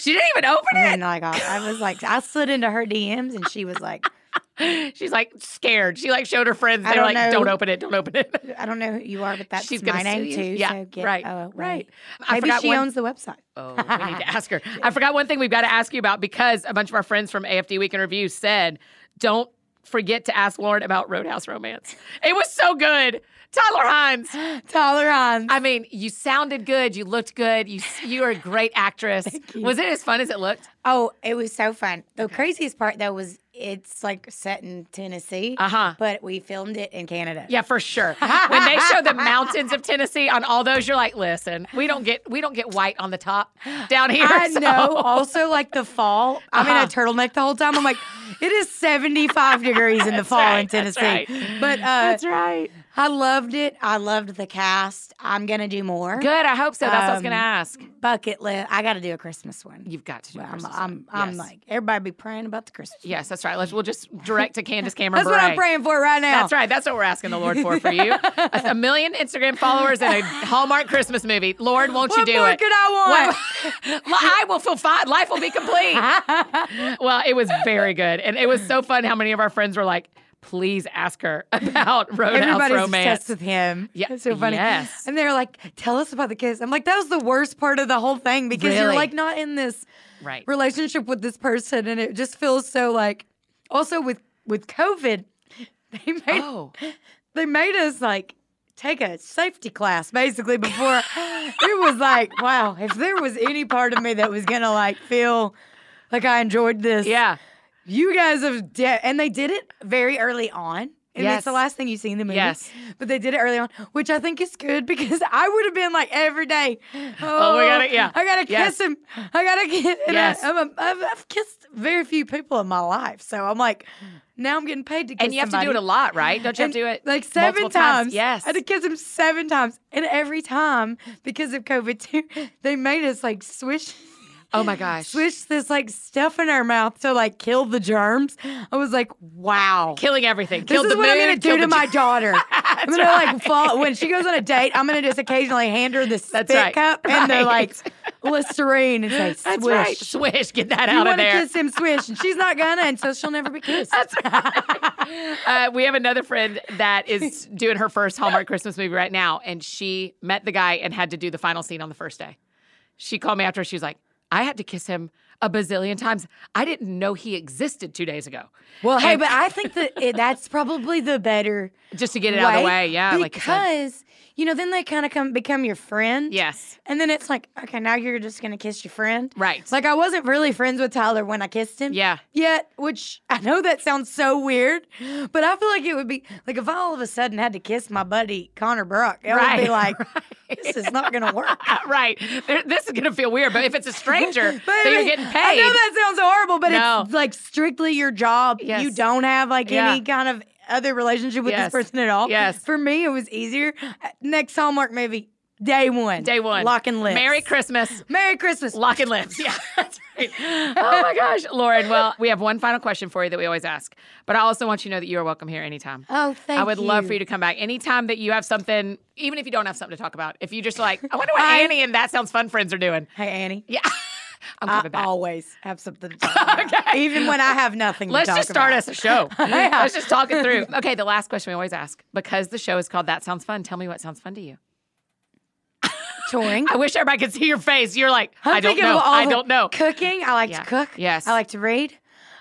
[SPEAKER 1] [gasps] she didn't even open
[SPEAKER 2] And like I, I was like, I slid into her DMs and she was
[SPEAKER 1] [laughs]
[SPEAKER 2] like,
[SPEAKER 1] it. [gasps] She's like scared. She like showed her friends.
[SPEAKER 2] I
[SPEAKER 1] They were like,
[SPEAKER 2] don't know.
[SPEAKER 1] don't open it. Don't open it.
[SPEAKER 2] I don't know who you are, but that's
[SPEAKER 1] She's gonna
[SPEAKER 2] my name
[SPEAKER 1] sue
[SPEAKER 2] too.
[SPEAKER 1] you. Yeah,
[SPEAKER 2] so get
[SPEAKER 1] right,
[SPEAKER 2] away.
[SPEAKER 1] right. I
[SPEAKER 2] Maybe
[SPEAKER 1] forgot
[SPEAKER 2] she
[SPEAKER 1] one-
[SPEAKER 2] owns the website.
[SPEAKER 1] Oh, [laughs] we need to ask her. I forgot one thing we've got to ask you about because a bunch of our friends from AFD Week in Review said, don't forget to ask Lauren about Roadhouse Romance. It was so good. Tyler Hines.
[SPEAKER 2] [laughs] Tolerance.
[SPEAKER 1] I mean, you sounded good. You looked good. You you were a great [laughs] actress.
[SPEAKER 2] you.
[SPEAKER 1] Was it as fun as it looked?
[SPEAKER 2] oh, it was so fun. The craziest part though was it's like set in Tennessee,
[SPEAKER 1] Uh huh.
[SPEAKER 2] but we filmed it in Canada.
[SPEAKER 1] [laughs] Yeah, for [laughs] sure. When they show the mountains of Tennessee on all those, you're like, listen, we don't get we don't get white on the top down here.
[SPEAKER 2] I
[SPEAKER 1] so- [laughs]
[SPEAKER 2] know. Also, like the fall, I'm in
[SPEAKER 1] Uh-huh.
[SPEAKER 2] a turtleneck the whole time. I'm like, it is 75 degrees in the fall in
[SPEAKER 1] right, that's
[SPEAKER 2] Tennessee.
[SPEAKER 1] right.
[SPEAKER 2] But uh,
[SPEAKER 1] That's right.
[SPEAKER 2] I loved it. I loved the cast. I'm gonna do more.
[SPEAKER 1] Good. I hope so. That's what I was gonna
[SPEAKER 2] Um,
[SPEAKER 1] ask.
[SPEAKER 2] Bucket list. I got to do a Christmas one.
[SPEAKER 1] You've got to do.
[SPEAKER 2] Well, I'm,
[SPEAKER 1] Christmas
[SPEAKER 2] I'm,
[SPEAKER 1] one.
[SPEAKER 2] I'm
[SPEAKER 1] Yes.
[SPEAKER 2] like everybody be praying about the Christmas.
[SPEAKER 1] Yes, that's right. Let's we'll just direct to Candace Cameron.
[SPEAKER 2] That's what I'm
[SPEAKER 1] Bure.
[SPEAKER 2] praying for right now.
[SPEAKER 1] That's right. That's what we're asking the Lord for for [laughs] you. A, a million Instagram followers and a Hallmark Christmas movie. Lord, won't you
[SPEAKER 2] What
[SPEAKER 1] do
[SPEAKER 2] more
[SPEAKER 1] it?
[SPEAKER 2] could I want? [laughs]
[SPEAKER 1] What- Well, I will feel fine. Life will be complete. [laughs] well, it was very good, and it was so fun. How many of our friends were like, "Please ask her [laughs] about Roadhouse
[SPEAKER 2] Everybody's
[SPEAKER 1] Romance."
[SPEAKER 2] obsessed with him.
[SPEAKER 1] Yeah,
[SPEAKER 2] It's so funny.
[SPEAKER 1] yes.
[SPEAKER 2] And they're like, "Tell us about the kiss." I'm like, "That was the worst part of the whole thing because
[SPEAKER 1] Really?
[SPEAKER 2] you're like not in this
[SPEAKER 1] Right.
[SPEAKER 2] relationship with this person, and it just feels so like." Also with with COVID, [laughs] they made
[SPEAKER 1] Oh,
[SPEAKER 2] they made us like take a safety class basically before it was like wow if there was any part of me that was gonna like feel like i enjoyed this
[SPEAKER 1] yeah.
[SPEAKER 2] you guys have de- and they did it very early on And
[SPEAKER 1] Yes.
[SPEAKER 2] that's the last thing you see in the movie.
[SPEAKER 1] Yes.
[SPEAKER 2] But they did it early on, which I think is good because I would have been like every day. Oh,
[SPEAKER 1] we gotta- yeah.
[SPEAKER 2] I gotta kiss
[SPEAKER 1] Yes.
[SPEAKER 2] him. I gotta kiss. And
[SPEAKER 1] Yes.
[SPEAKER 2] I, am a, I've, I've kissed very few people in my life, so I'm like, now I'm getting paid to kiss.
[SPEAKER 1] And you have to do it
[SPEAKER 2] somebody.
[SPEAKER 1] a lot, right? Don't you have to do
[SPEAKER 2] And,
[SPEAKER 1] it
[SPEAKER 2] like seven
[SPEAKER 1] multiple
[SPEAKER 2] times.
[SPEAKER 1] Yes.
[SPEAKER 2] I had to kiss him seven times, and every time because of COVID [laughs] too, they made us like swish.
[SPEAKER 1] Oh my gosh.
[SPEAKER 2] Swish this like stuff in our mouth to like kill the germs. I was like, wow.
[SPEAKER 1] Killing everything.
[SPEAKER 2] This
[SPEAKER 1] Killed
[SPEAKER 2] is
[SPEAKER 1] the
[SPEAKER 2] what I'm gonna
[SPEAKER 1] mood, killed
[SPEAKER 2] do to
[SPEAKER 1] the
[SPEAKER 2] my
[SPEAKER 1] j- [laughs]
[SPEAKER 2] daughter. I'm
[SPEAKER 1] That's
[SPEAKER 2] gonna
[SPEAKER 1] right.
[SPEAKER 2] like fall when she goes on a date. I'm gonna just occasionally hand her the spit
[SPEAKER 1] right.
[SPEAKER 2] cup and the like
[SPEAKER 1] [laughs] Right.
[SPEAKER 2] listerine and say swish.
[SPEAKER 1] That's right. Swish. Get that
[SPEAKER 2] You
[SPEAKER 1] out of
[SPEAKER 2] want to
[SPEAKER 1] there.
[SPEAKER 2] kiss him, swish, and she's not gonna, and so she'll never be kissed.
[SPEAKER 1] uh, we have another friend that
[SPEAKER 2] [laughs]
[SPEAKER 1] is doing her first Hallmark Christmas movie right now, and she met the guy and had to do the final scene on the first day. She called me after. She was like, "I had to kiss him a bazillion times. I didn't know he existed two days ago."
[SPEAKER 2] well, hey,
[SPEAKER 1] And-
[SPEAKER 2] but I think that it, that's probably the better
[SPEAKER 1] just to get it out of the way, yeah, like you
[SPEAKER 2] because
[SPEAKER 1] said.
[SPEAKER 2] you know, then they kind of come become your friend.
[SPEAKER 1] Yes,
[SPEAKER 2] And then it's like, okay, now you're just gonna kiss your friend.
[SPEAKER 1] right.
[SPEAKER 2] Like I wasn't really friends with Tyler when I kissed him.
[SPEAKER 1] yeah,
[SPEAKER 2] Yet, which I know that sounds so weird, but I feel like it would be like if I all of a sudden had to kiss my buddy Connor Brock, I
[SPEAKER 1] [laughs]
[SPEAKER 2] would
[SPEAKER 1] Right,
[SPEAKER 2] be like, this is not
[SPEAKER 1] [laughs]
[SPEAKER 2] gonna work.
[SPEAKER 1] Uh, right. There- This is gonna feel weird, but if it's a stranger
[SPEAKER 2] [laughs] But
[SPEAKER 1] that
[SPEAKER 2] I
[SPEAKER 1] you're
[SPEAKER 2] mean,
[SPEAKER 1] getting
[SPEAKER 2] I know
[SPEAKER 1] paid,
[SPEAKER 2] that sounds horrible, but
[SPEAKER 1] No.
[SPEAKER 2] it's like strictly your job. You
[SPEAKER 1] Yes.
[SPEAKER 2] don't have like
[SPEAKER 1] Yeah.
[SPEAKER 2] any kind of other relationship with
[SPEAKER 1] Yes.
[SPEAKER 2] this person at all.
[SPEAKER 1] Yes.
[SPEAKER 2] For me, it was easier. Next Hallmark movie, day one.
[SPEAKER 1] day one,
[SPEAKER 2] Lock and lips.
[SPEAKER 1] Merry Christmas.
[SPEAKER 2] Merry Christmas.
[SPEAKER 1] Lock and lips. [laughs] Yeah, that's right. Oh my gosh, Lauren. Well, we have one final question for you that we always ask, but I also want you to know that you are welcome here anytime.
[SPEAKER 2] oh, thank you.
[SPEAKER 1] I would love for you to come back anytime that you have something, even if you don't have something to talk about. If you just like, I wonder what
[SPEAKER 2] I-
[SPEAKER 1] Annie and That Sounds Fun friends are doing.
[SPEAKER 2] Hey, Annie.
[SPEAKER 1] Yeah, [laughs] I'm
[SPEAKER 2] I
[SPEAKER 1] coming back.
[SPEAKER 2] always have something to
[SPEAKER 1] [laughs]
[SPEAKER 2] talk about, even when I have nothing.
[SPEAKER 1] Let's
[SPEAKER 2] to talk
[SPEAKER 1] just start us
[SPEAKER 2] about. Oh,
[SPEAKER 1] [laughs] a
[SPEAKER 2] [laughs]
[SPEAKER 1] show.
[SPEAKER 2] Yeah.
[SPEAKER 1] Let's just talk it through. [laughs] Okay, the last question we always ask because the show is called That Sounds Fun. Tell me what sounds fun to you.
[SPEAKER 2] touring.
[SPEAKER 1] I wish everybody could see your face. You're like,
[SPEAKER 2] I'm
[SPEAKER 1] I don't
[SPEAKER 2] thinking of
[SPEAKER 1] know.
[SPEAKER 2] all
[SPEAKER 1] I
[SPEAKER 2] the-
[SPEAKER 1] don't
[SPEAKER 2] [laughs]
[SPEAKER 1] know.
[SPEAKER 2] Cooking. I like
[SPEAKER 1] Yeah.
[SPEAKER 2] to cook.
[SPEAKER 1] Yes.
[SPEAKER 2] I like to read.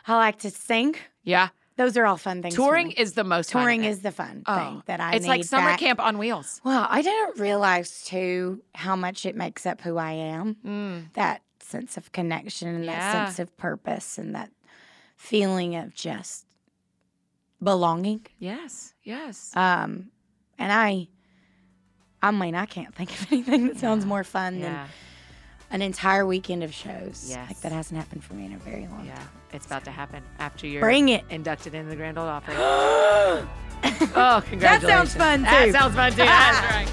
[SPEAKER 2] I like to sing.
[SPEAKER 1] Yeah,
[SPEAKER 2] Those are all fun things. for
[SPEAKER 1] touring
[SPEAKER 2] me.
[SPEAKER 1] is the most. fun of
[SPEAKER 2] touring
[SPEAKER 1] it.
[SPEAKER 2] is the fun
[SPEAKER 1] Oh,
[SPEAKER 2] thing that I.
[SPEAKER 1] It's like
[SPEAKER 2] need
[SPEAKER 1] summer
[SPEAKER 2] back.
[SPEAKER 1] camp on wheels.
[SPEAKER 2] Well, I didn't realize too how much it makes up who I am.
[SPEAKER 1] Mm.
[SPEAKER 2] That sense of connection and
[SPEAKER 1] Yeah.
[SPEAKER 2] that sense of purpose and that feeling of just belonging.
[SPEAKER 1] Yes, yes.
[SPEAKER 2] Um, and I, I mean, I can't think of [laughs] anything that sounds more fun than
[SPEAKER 1] yeah,
[SPEAKER 2] an entire weekend of shows.
[SPEAKER 1] Yes.
[SPEAKER 2] Like that hasn't happened for me in a very long
[SPEAKER 1] yeah.
[SPEAKER 2] time.
[SPEAKER 1] It's about to happen after you're
[SPEAKER 2] Bring it.
[SPEAKER 1] inducted into the grand old
[SPEAKER 2] [gasps]
[SPEAKER 1] opry. oh, congratulations!
[SPEAKER 2] fun,
[SPEAKER 1] That
[SPEAKER 2] too.
[SPEAKER 1] sounds fun too. That's right.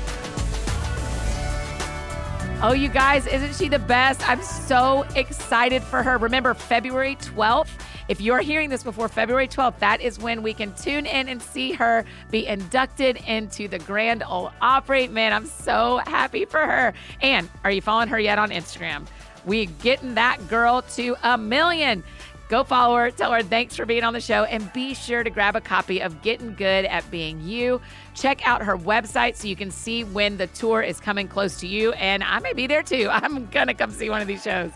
[SPEAKER 1] Oh, you guys, isn't she the best? I'm so excited for her. Remember, February 12th. If you're hearing this before February 12th, that is when we can tune in and see her be inducted into the Grand Ole Opry. Man, I'm so happy for her. And are you following her yet on Instagram? We getting that girl to a million. Go follow her, tell her thanks for being on the show, and be sure to grab a copy of Getting Good at Being You. Check out her website so you can see when the tour is coming close to you. And I may be there too. [laughs] I'm going to come see one of these shows.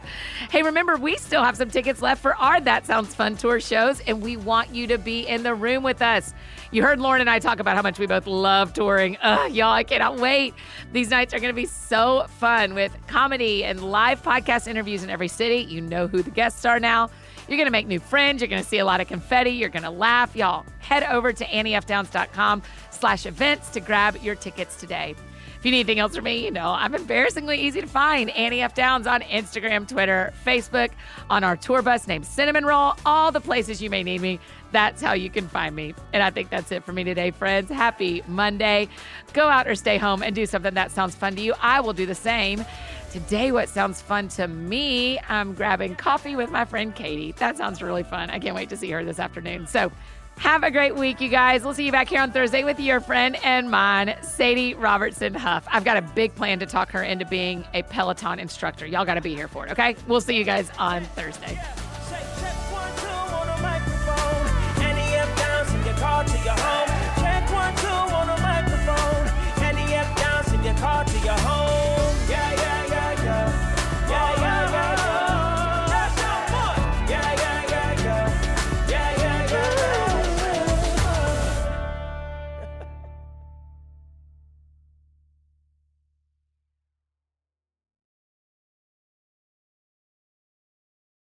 [SPEAKER 1] Hey, remember, we still have some tickets left for our That Sounds Fun tour shows, and we want you to be in the room with us. You heard Lauren and I talk about how much we both love touring. Ugh, y'all, I cannot wait. These nights are going to be so fun with comedy and live podcast interviews in every city. You know who the guests are now. You're going to make new friends. You're going to see a lot of confetti. You're going to laugh. Y'all, head over to anniefdowns.com slash events to grab your tickets today. If you need anything else from me, you know, I'm embarrassingly easy to find. Annie F. Downs on Instagram, Twitter, Facebook, on our tour bus named Cinnamon Roll, all the places you may need me. That's how you can find me. And I think that's it for me today, friends. Happy Monday. Go out or stay home and do something that sounds fun to you. I will do the same. Today, what sounds fun to me, I'm grabbing coffee with my friend Katie. That sounds really fun. I can't wait to see her this afternoon. So, have a great week, you guys. We'll see you back here on Thursday with your friend and mine, Sadie Robertson Huff. I've got a big plan to talk her into being a Peloton instructor. Y'all got to be here for it, okay? We'll see you guys on Thursday.
[SPEAKER 3] Say check one, two on the microphone. Any up downs in your car to your home. Check one, two